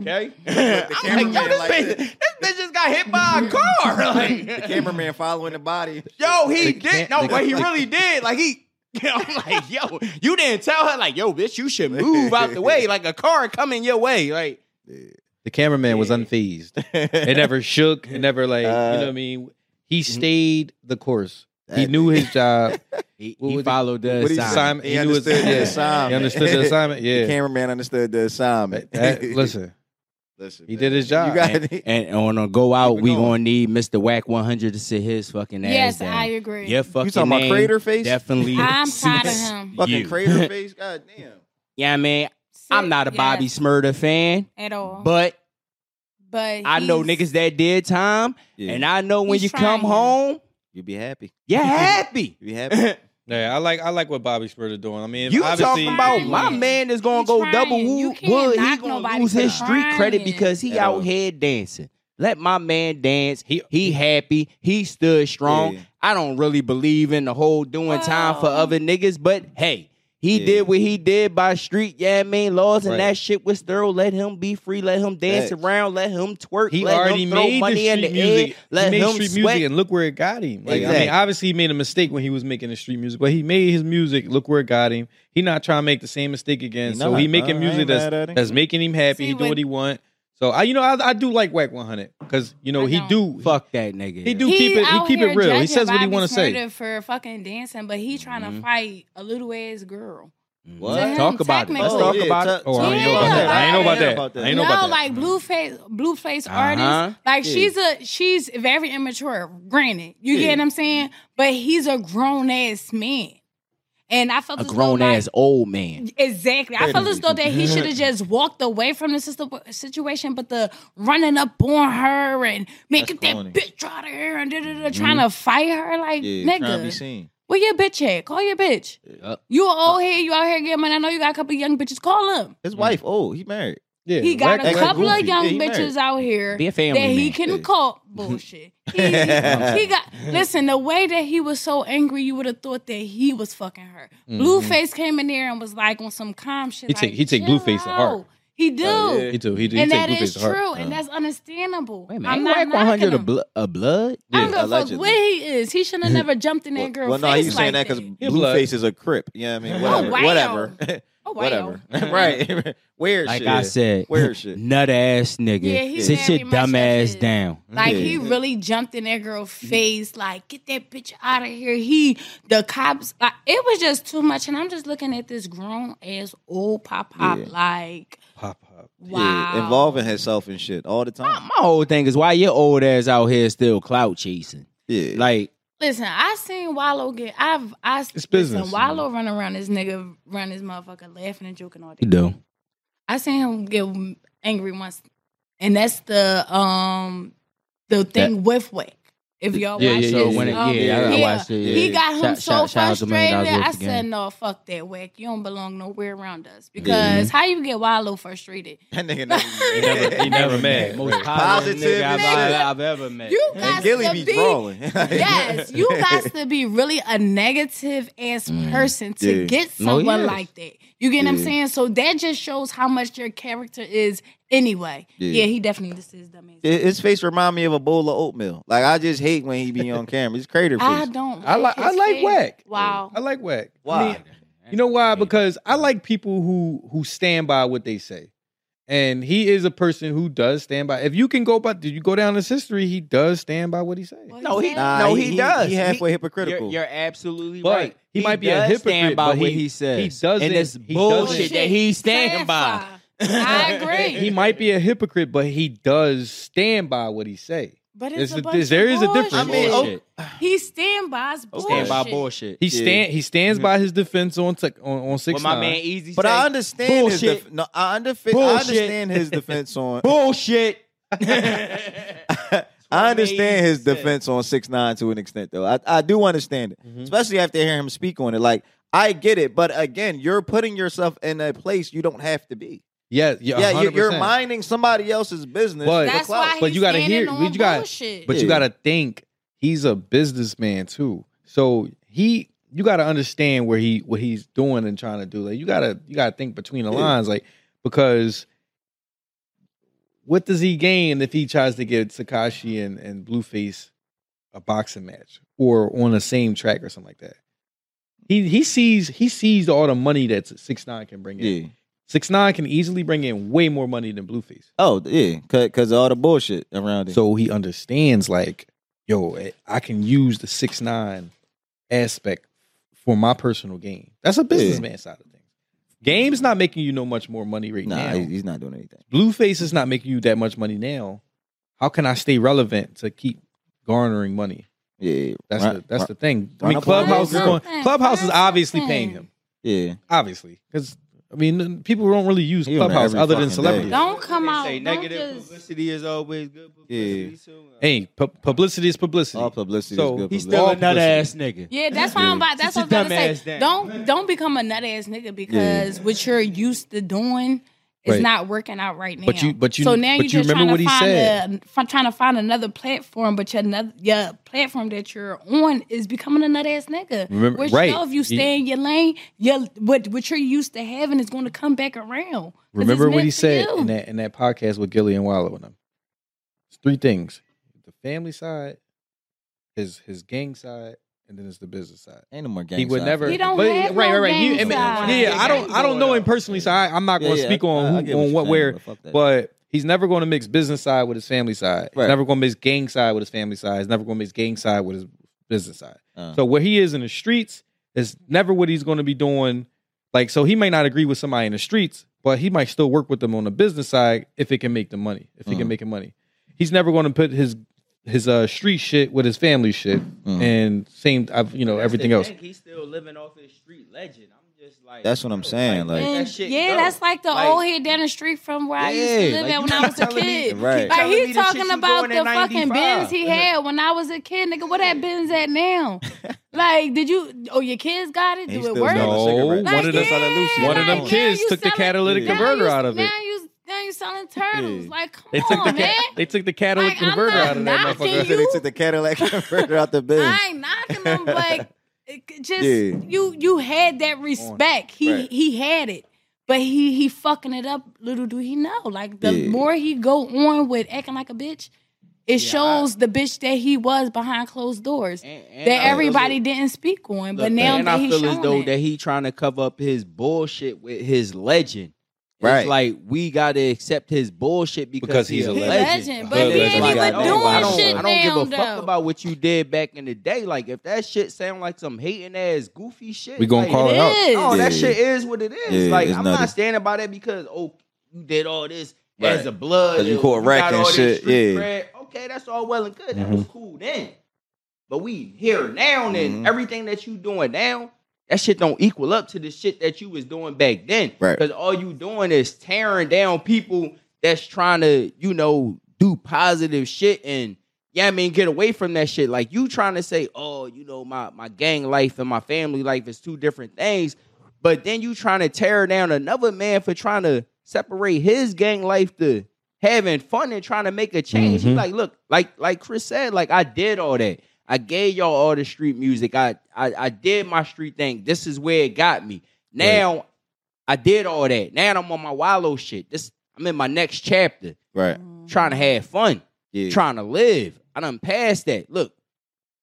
A: like, yo,
B: cameraman
A: this,
B: like
A: bitch,
B: that.
A: this bitch just got hit by a car. Like,
B: the cameraman following the body.
A: yo, he
C: They
A: did.
C: can't-
A: No,
C: they-
A: but he really did. Like he. I'm like, yo, you didn't tell her, like, yo, bitch, you should move out the way. Like a car coming your way. Like,
C: The cameraman was unfazed. It never shook. It never like you
B: Uh,
C: know what I mean. He stayed the course. He knew his job.
A: He,
C: What
A: he
C: would-
A: followed the
B: what he
A: assignment.
C: assignment.
B: He,
C: He knew his-
B: understood the
C: yeah.
B: assignment.
C: He understood the assignment.
B: the
C: Yeah.
B: cameraman understood the assignment.
C: That- listen,
B: listen,
C: he
B: man.
C: did his job.
B: You got
A: And, and on a go out,
B: Keep it
A: we
B: going.
A: gonna need Mr. Whack 100 to sit his fucking
D: yes,
A: ass down.
D: I agree.
A: Your fucking
B: You talking about
A: name
B: crater face?
A: Definitely.
D: I'm proud of
A: suits
D: him.
B: Fucking
A: you.
B: crater face. God damn.
A: Yeah, man. I'm not a
D: Yes,
A: Bobby Smurda fan,
D: at all.
A: but
D: but
A: I know
D: Oh, he's-
A: niggas that did time,
B: Yeah.
A: and I know when
D: He's
A: you come
D: trying.
A: home,
B: you be happy.
A: you're happy.
B: You be happy.
C: Yeah, I like I like what Bobby Spurter doing. I mean,
A: You
C: obviously,
A: talking about
D: Trying.
A: my man is gonna
D: He
A: go
D: trying.
A: double
D: You
A: wo-
D: can't
A: wood. He
D: knock
A: gonna
D: nobody
A: lose
D: for
A: his street
D: trying.
A: credit because he
B: At
A: out
B: all.
A: here dancing. Let my man dance. He,
C: He-
A: happy. He stood strong.
B: Yeah.
A: I don't really believe in the whole doing time for
D: Well.
A: other niggas, but hey, he
B: Yeah.
A: did what he did by street. Yeah, I mean laws and
C: Right.
A: that shit was thorough. Let him be free. Let him dance
B: Facts.
A: around. Let him twerk.
C: he
A: let
C: already
A: him throw
C: made the
A: money in
C: street
A: the
C: music.
A: air. Let
C: he made
A: him
C: street
A: sweat.
C: music, and look where it got him. Like, I
A: Exactly.
C: mean, obviously, he made a mistake when he was making the street music, but he made his music. Look where it got him. He not trying to make the same mistake again.
B: He
C: so
B: not.
C: he
B: I
C: making
B: ain't
C: music that's
B: mad at him.
C: that's making him happy.
D: See,
C: he do
D: when-
C: what he want. So I, you know, I, I do like Whack 100 because you know
D: I
C: he do.
A: Fuck that nigga.
C: He do keep it. He
D: out
C: keep
D: here
C: it real. He
D: judging
C: says what he
D: Bobby
C: want to say.
D: Smyrna For fucking dancing, but he trying
A: Mhm.
D: to fight a little ass girl.
A: Mm.
B: What?
D: To him,
A: Talk about it.
D: technically.
A: Let's talk
B: yeah.
A: about it.
B: Talk-
C: Oh, I ain't know
D: Yeah,
C: about that. I ain't know
D: like-
C: about that. I ain't know
D: no,
C: about that.
D: like blueface, blueface
A: Mm-hmm. Uh-huh.
D: artist. Like
B: Yeah.
D: she's a she's very immature. Granted, you
B: Yeah.
D: get what I'm saying, but he's a grown ass man, and I felt
A: A
D: as though,
A: grown
D: like-
A: ass old man.
D: Exactly. I felt as though that he should have just walked away from the situ- situation, but the running up on her and making
C: That's
D: that
C: corny.
D: bitch out of here and da, da, da, trying to fight her like
B: Mm-hmm. Yeah, trying to be
D: nigga.
B: seen.
D: Where your bitch at? Call your bitch.
A: Yup.
D: You old here. You out here getting money. I know you got a couple young bitches. Call him.
B: His wife, oh, he married.
C: Yeah,
D: He
C: Whack-
D: got a
B: Whack-
C: Whack
D: couple of
B: Goofy.
D: young
B: Yeah, he married.
D: bitches out here
A: Be a family
D: that he
A: man.
D: can
B: Yeah.
D: call bullshit. He, he got listen. The way that he was so angry, you would have thought that he was fucking her. Blueface came in there and was like on some calm shit.
C: He take-
D: like,
C: he take
D: "Chill
C: Blueface to heart."
D: out." He do,
C: He do. He do.
D: and
C: he
D: that
C: take Blueface
D: is
C: to heart. Uh.
D: true, and that's understandable.
A: Wait a minute.
D: I'm not
A: Ain't Wack 100
D: knocking
A: a,
D: him.
A: blo- a blood?
D: I don't
B: Yeah,
D: give a fuck
B: allegedly.
D: what he is. He should have never jumped in that girl
B: well,
D: face
B: no, he was
D: like
B: saying that because
D: that.
B: Blueface is a crip. Yeah, I mean, whatever.
D: wow.
B: Whatever.
D: Oh, wow.
B: whatever. right. Weird
A: Like
B: shit.
A: I said,
B: Weird shit.
A: nut ass nigga.
D: Yeah, he
A: sit
D: very
A: your
D: much
A: dumb
D: that
A: ass
D: is.
A: down.
D: Like
B: Yeah.
D: he really jumped in that girl's face, like get that bitch out of here. He, the cops, like, it was just too much. And I'm just looking at this grown ass old pop pop,
B: Yeah.
D: like
C: Pop up.
D: wow,
B: Yeah, involving herself in shit all the time.
A: My whole thing is why your old ass out here still clout chasing.
B: Yeah.
A: Like,
D: Listen, I seen Wallow get. I've I
C: It's business,
D: Listen, Wallow run around this nigga, run this motherfucker, laughing and joking all day.
A: you do.
D: I seen him get angry once, and that's the um the thing with Wick. If y'all
A: Yeah,
D: watch
A: yeah,
D: this,
A: yeah, when it-
D: um,
A: yeah, I- I watched it, yeah.
D: He got him
A: Shout-
D: so
A: shout- shout out to Million
D: frustrated.
A: Dollars Worth
D: I
A: of
D: said,
A: Game.
D: "No, fuck that, Wick. You don't belong nowhere around us because how you get Wallow frustrated?
B: That nigga never.
D: He
C: never- he never mad.
A: Most
C: Right.
A: positive
B: Positive
A: nigga I've,
B: as shit.
A: I've ever met.
D: You
B: And
D: got
B: Gilly
D: to
B: be
D: be,
B: drawing.
D: yes, you got to be really a negative ass person to
B: Yeah.
D: get
A: Mm, No,
D: someone
A: yes.
D: like that. You get what I'm
B: Yeah.
D: saying? So that just shows how much your character is anyway.
B: Yeah.
D: Yeah, he definitely this is dumb ass.
B: His his face remind me of a bowl of oatmeal. Like I just hate when he be on camera. He's crater face.
D: I don't. Like
C: I like- I
D: his
C: like
D: face.
C: Whack.
D: Wow.
C: I like Whack.
B: Why?
C: I mean, you know why? Because I like people who who stand by what they say. And he is a person who does stand by. If you can go by, did you go down his history? He does stand by what he said.
D: What
A: No,
D: he
A: he,
D: said?
B: Nah,
A: no,
B: he-
A: he,
B: he-
A: does.
B: he halfway hypocritical.
A: You're, you're absolutely
C: But
A: right.
C: he might be a
A: does
C: hypocrite,
A: Stand by
C: but
A: what
C: he-
A: he says.
C: he doesn't-
A: And it's
C: he doesn't-
A: bullshit that he stand
D: stand
A: by.
D: I agree.
C: He might be a hypocrite, but he does stand by what he say.
D: But it's,
C: It's
D: a,
C: a-
D: bunch
C: there
D: of
C: is a
D: bullshit.
C: difference.
B: I mean,
A: Bullshit.
D: he stand by's bullshit.
A: Stand by bullshit.
C: He
B: Yeah. Mm-hmm.
C: stand he stands by his defense on tech on, on six
A: What my man Easy
B: but E I
A: say,
B: understand his
A: Bullshit.
B: def- no, I, underf- I
A: Bullshit.
B: understand his defense on
A: bullshit.
B: I understand his
A: said.
B: defense on six nine to an extent though. I, I do understand it.
C: Mm-hmm.
B: Especially after hearing him speak on it. Like I get it, but again, you're putting yourself in a place you don't have to be.
C: Yeah, yeah,
B: Yeah, you're, you're
C: 100%.
B: minding somebody else's business.
C: But-
B: for
D: That's
B: clout.
D: why
C: But
D: he's
C: you gotta
D: standing
C: hear-
D: on
C: you gotta-
D: bullshit.
C: But
B: Yeah.
C: you got to think he's a businessman too. So he you got to understand where he what he's doing and trying to do. Like you got to you got to think between the
B: Yeah.
C: lines like because what does he gain if he tries to get Sakashi and, and Blueface a boxing match or on the same track or something like that? He he sees he sees all the money that six nine can bring in.
B: yeah.
C: Six nine can easily bring in way more money than Blueface.
B: Oh, yeah. Cause, 'cause of all the bullshit around it.
C: eh, So he understands, like, yo, I can use the six nine aspect for my personal gain. That's a businessman side of things. Game's not making you no much more money right
B: Nah,
C: now.
B: he- he's not doing anything.
C: Blueface is not making you that much money now. How can I stay relevant to keep garnering money?
B: Yeah,
C: That's
B: Run-
C: the that's
B: run-
C: the thing. I
B: run
C: mean,
B: up on
C: Clubhouse is
B: him.
C: going.
D: Something,
C: Clubhouse is obviously
D: something.
C: paying him,
B: yeah.
C: obviously, because I mean, people don't really use
B: He on
C: Clubhouse
B: every
C: other
B: fucking
C: than
B: day.
C: celebrities.
D: Don't come
A: They
D: out.
A: say
D: don't
A: negative
D: just-
A: publicity is always good publicity.
B: Yeah.
A: So, uh,
C: Hey, pu- publicity is publicity.
B: All publicity
C: So
B: is good.
A: he's
B: publicity.
A: still
C: All
A: a nut ass
C: publicity.
A: nigga.
D: Yeah, that's why I'm about. That's what
A: a
D: I'm about to
A: dumbass
D: say.
A: thing.
D: Don't don't become a nut ass nigga because what you're used to doing is
C: Right.
D: not working out right now.
C: But you- but you-
D: so now
C: but
D: you're
C: you
D: just
C: remember
D: trying
C: what
D: to
C: he
D: find
C: said.
D: A, fi- trying to find another platform, but your another your platform that you're on is becoming a nut ass nigga.
C: Remember-
D: Which
C: right.
D: now if you stay in your lane, your what what you're used to having is going to come back around. 'Cause it's
C: Remember what
D: meant
C: he
D: for
C: said
D: you.
C: in that in that podcast with Gilly and Wallow and them. It's three things: the family side, his his gang side, and then it's the business side.
B: Ain't no more gang
C: He would
B: sign.
C: never.
D: He don't
C: but-
D: have
C: right,
D: no
C: right, right. He-
D: gang
C: I mean,
D: sign.
C: yeah, I don't. I don't know him personally, so I, I'm not
B: Yeah,
C: going to
B: yeah,
C: speak
B: I-
C: on
B: I
C: who,
B: get what
C: on
B: you're
C: what
B: saying,
C: where,
B: fuck that.
C: but he's never going to mix business side with his family side.
B: Right.
C: He's never going to mix gang side with his family side. He's never going to mix gang side with his business side.
B: Uh,
C: So where he is in the streets is never what he's going to be doing. Like, so he may not agree with somebody in the streets, but he might still work with them on the business side if it can make the money. If he
B: Mhm.
C: can make him money, he's never going to put his his uh street shit with his family shit
B: Mhm.
C: and same. I've you know
A: That's
C: everything
A: the
C: else.
A: thing, He's still living off his street legend. I'm just like
B: That's what I'm
A: yo,
B: saying,
A: let
B: like-
D: And
A: that shit
D: yeah,
A: go.
D: that's like the
A: Like-
D: old head down the street from where I used to
A: Yeah,
D: live
A: like,
D: at
A: you
D: when I
A: keep
D: was a
A: telling me-
D: kid.
A: keep
B: Right.
D: Like
A: telling me
D: he
A: the shit
D: talking
A: you
D: about
A: doing
D: the
A: at
D: fucking
A: 95.
D: bins he had when I was a kid, nigga. Where that bins at now? like, did you? Oh, your kids got it.
B: and he
D: Do it
B: still
D: work?
B: selling
C: No.
B: cigarettes.
C: Like, One of them- one of them
D: now
C: kids
D: you
C: took the
D: selling-
C: catalytic
D: now you-
C: converter out of it.
D: Now you, now you selling turtles.
B: Yeah.
D: Like,
C: They
D: come
C: took the
D: on, man.
C: ca- they took the catalytic
D: Like, I'm
C: converter
D: not
C: out of that
D: knocking
C: motherfucker.
B: So they
D: you-
B: took the Cadillac converter out the bin.
D: I ain't knocking them, but it c- just
B: Yeah.
D: you you had that respect. He
B: Right.
D: he had it, but he he fucking it up. Little do he know, like the
B: Yeah.
D: more he go on with acting like a bitch, it shows the bitch that he was behind closed doors
A: And- and I
D: that
A: feel
D: everybody
A: it-
D: didn't speak on. But
A: look,
D: now
A: and
D: that
A: I
D: he's
A: feel as
D: showing
A: though
D: it,
A: that he trying to cover up his bullshit with his legend.
B: Right.
A: It's like we gotta accept his bullshit because,
C: Because
A: he
C: he's a
A: a
D: He
A: legend.
D: legend,
C: but he
A: It's
C: ain't
A: like,
B: even
A: no,
B: doing
A: I don't,
B: shit
A: I don't give a
D: now,
A: fuck
D: though.
A: about what you did back in the day. Like if that shit sound like some hating ass goofy shit,
C: We gonna
A: like,
C: call it out.
D: it is.
A: No, Oh, that
B: Yeah.
A: shit is what it is.
B: Yeah,
A: like
B: it's
A: I'm
B: nothing.
A: not standing by that because oh you did all this
B: Right.
A: as a blood.
B: 'Cause you
A: or
B: caught wreck
A: got
B: and
A: all this
B: shit,
A: street
B: yeah. Mm-hmm.
A: cred. Okay, that's all well and good. That was cool then. But we here now and
B: Mhm.
A: everything that you doing now, that shit don't equal up to the shit that you was doing back then.
B: Right.
A: Because all you doing is tearing down people that's trying to, you know, do positive shit and yeah, I mean, get away from that shit. Like you trying to say, oh, you know, my my gang life and my family life is two different things, but then you trying to tear down another man for trying to separate his gang life to having fun and trying to make a change. He's
C: Mhm.
A: like, look, like like Chris said, like I did all that. I gave y'all all the street music. I I, I did my street thing. This is where it got me. Now I did all that. Now I'm on my wallow shit. This I'm in my next chapter,
B: Right.
A: trying to have fun
B: Yeah.
A: trying to live. I done passed that. Look,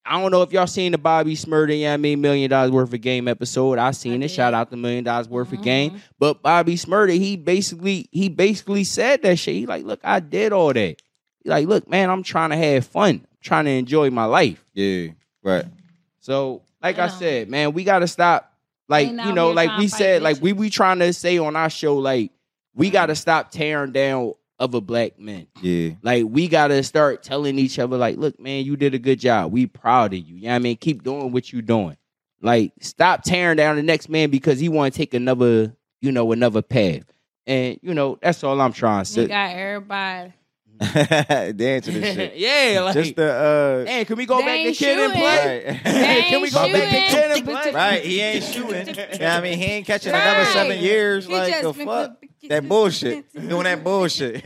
A: I don't know if y'all seen the Bobby Smurda, yeah, I mean, million dollars worth of game episode. I seen
D: I
A: it.
D: did.
A: Shout out the million dollars worth of
D: Mhm.
A: game. But Bobby Smurda, he basically, he basically said that shit. He like, look, I did all that. He like, look, man, I'm trying to have fun. I'm trying to enjoy my life.
B: Yeah. Right.
A: So, like I
D: Yeah.
A: said, man, we gotta stop. Like,
D: Ain't
A: you
D: out
A: know,
D: here
A: like
D: trying
A: we
D: to fight
A: said, like
D: bitches. Mm-hmm.
A: we we trying to say on our show, like, we gotta stop tearing down other black men.
B: Yeah.
A: Like we gotta start telling each other, like, look, man, you did a good job. We proud of you. You know what I mean? Keep doing what you doing. Like, stop tearing down the next man because he wanna take another, you know, another path. And you know, that's all I'm trying to
D: he
A: say.
D: got everybody.
B: Dance to this shit.
A: yeah, like
B: Just the uh.
A: man, can we go
D: They
A: back to
D: ain't
A: kid and
D: shooting.
A: play?
D: They
A: Can we
D: ain't
A: go back
D: shooting.
A: to kid and play?
B: Right, he ain't shooting. Yeah, I mean, he ain't catching another
D: Right.
B: seven years.
D: He
B: like
D: just
B: the
D: been-
B: fuck, that bullshit, doing that bullshit.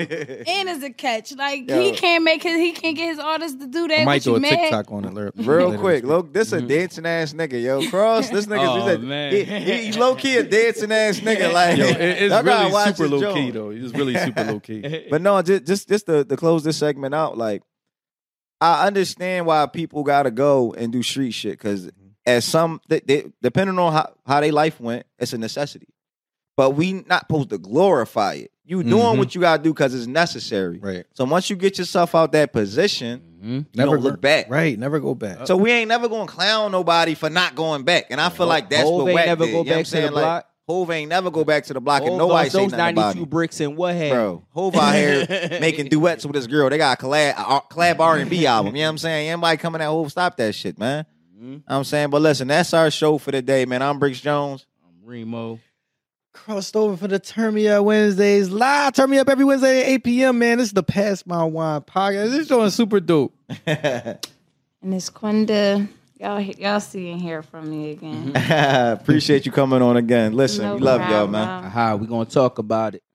D: And is a catch. Like
B: Yo.
D: he can't make his he can't get his artists to do that.
C: I might
D: What
C: do
D: you
C: a
D: mad?
C: TikTok on it later-
B: Real
C: later
B: quick,
C: this week.
B: look, this a dancing ass nigga, yo. Cross, this nigga,
A: Oh,
B: he's a-
A: man.
B: he, he low key a dancing ass nigga. Like,
C: Yo, it- it's
B: y'all gotta
C: really
B: watch
C: super
B: this
C: low
B: joint.
C: key though. It's really super low key.
B: But no, just just just to, to close this segment out, like I understand why people gotta go and do street shit because as some they, they, depending on how how they life went, it's a necessity. But we not supposed to glorify it. You doing
C: Mm-hmm.
B: what you gotta do because it's necessary.
F: Right.
B: So once you get yourself out that position,
A: Mhm.
B: you don't look back.
C: Right. Never go back.
A: Uh-uh.
B: So we ain't never gonna clown nobody for not going back. And I feel like that's
A: Hov
B: what
A: ain't
B: whack
A: never
B: did.
A: go
B: You know what I'm
A: back to the
B: saying? Like,
A: block.
B: Hov ain't never go back to the block and
A: Hov
B: nobody
A: lost
B: say
A: those
B: nothing about
A: 92
B: him.
A: bricks and what had
B: Bro, Hov out here making duets with this girl. They got a collab, a collab R and B album. You know what I'm saying? Anybody coming at Hov, stop that shit, man.
A: Mm-hmm.
B: I'm saying, but listen, that's our show for the day, man. I'm Bricks Jones.
A: Remo.
C: crossed over for the Turn Me Up Wednesdays live. Turn me up every Wednesday at 8 p.m. Man, this is the Pass My Wine podcast. This joint is super dope.
D: And it's Quinda. Y'all, he- y'all see and hear from me again.
C: Mm-hmm.
B: Appreciate you coming on again. Listen,
D: No
B: we love y'all, man.
D: problem.
A: Aha, we gonna talk about it.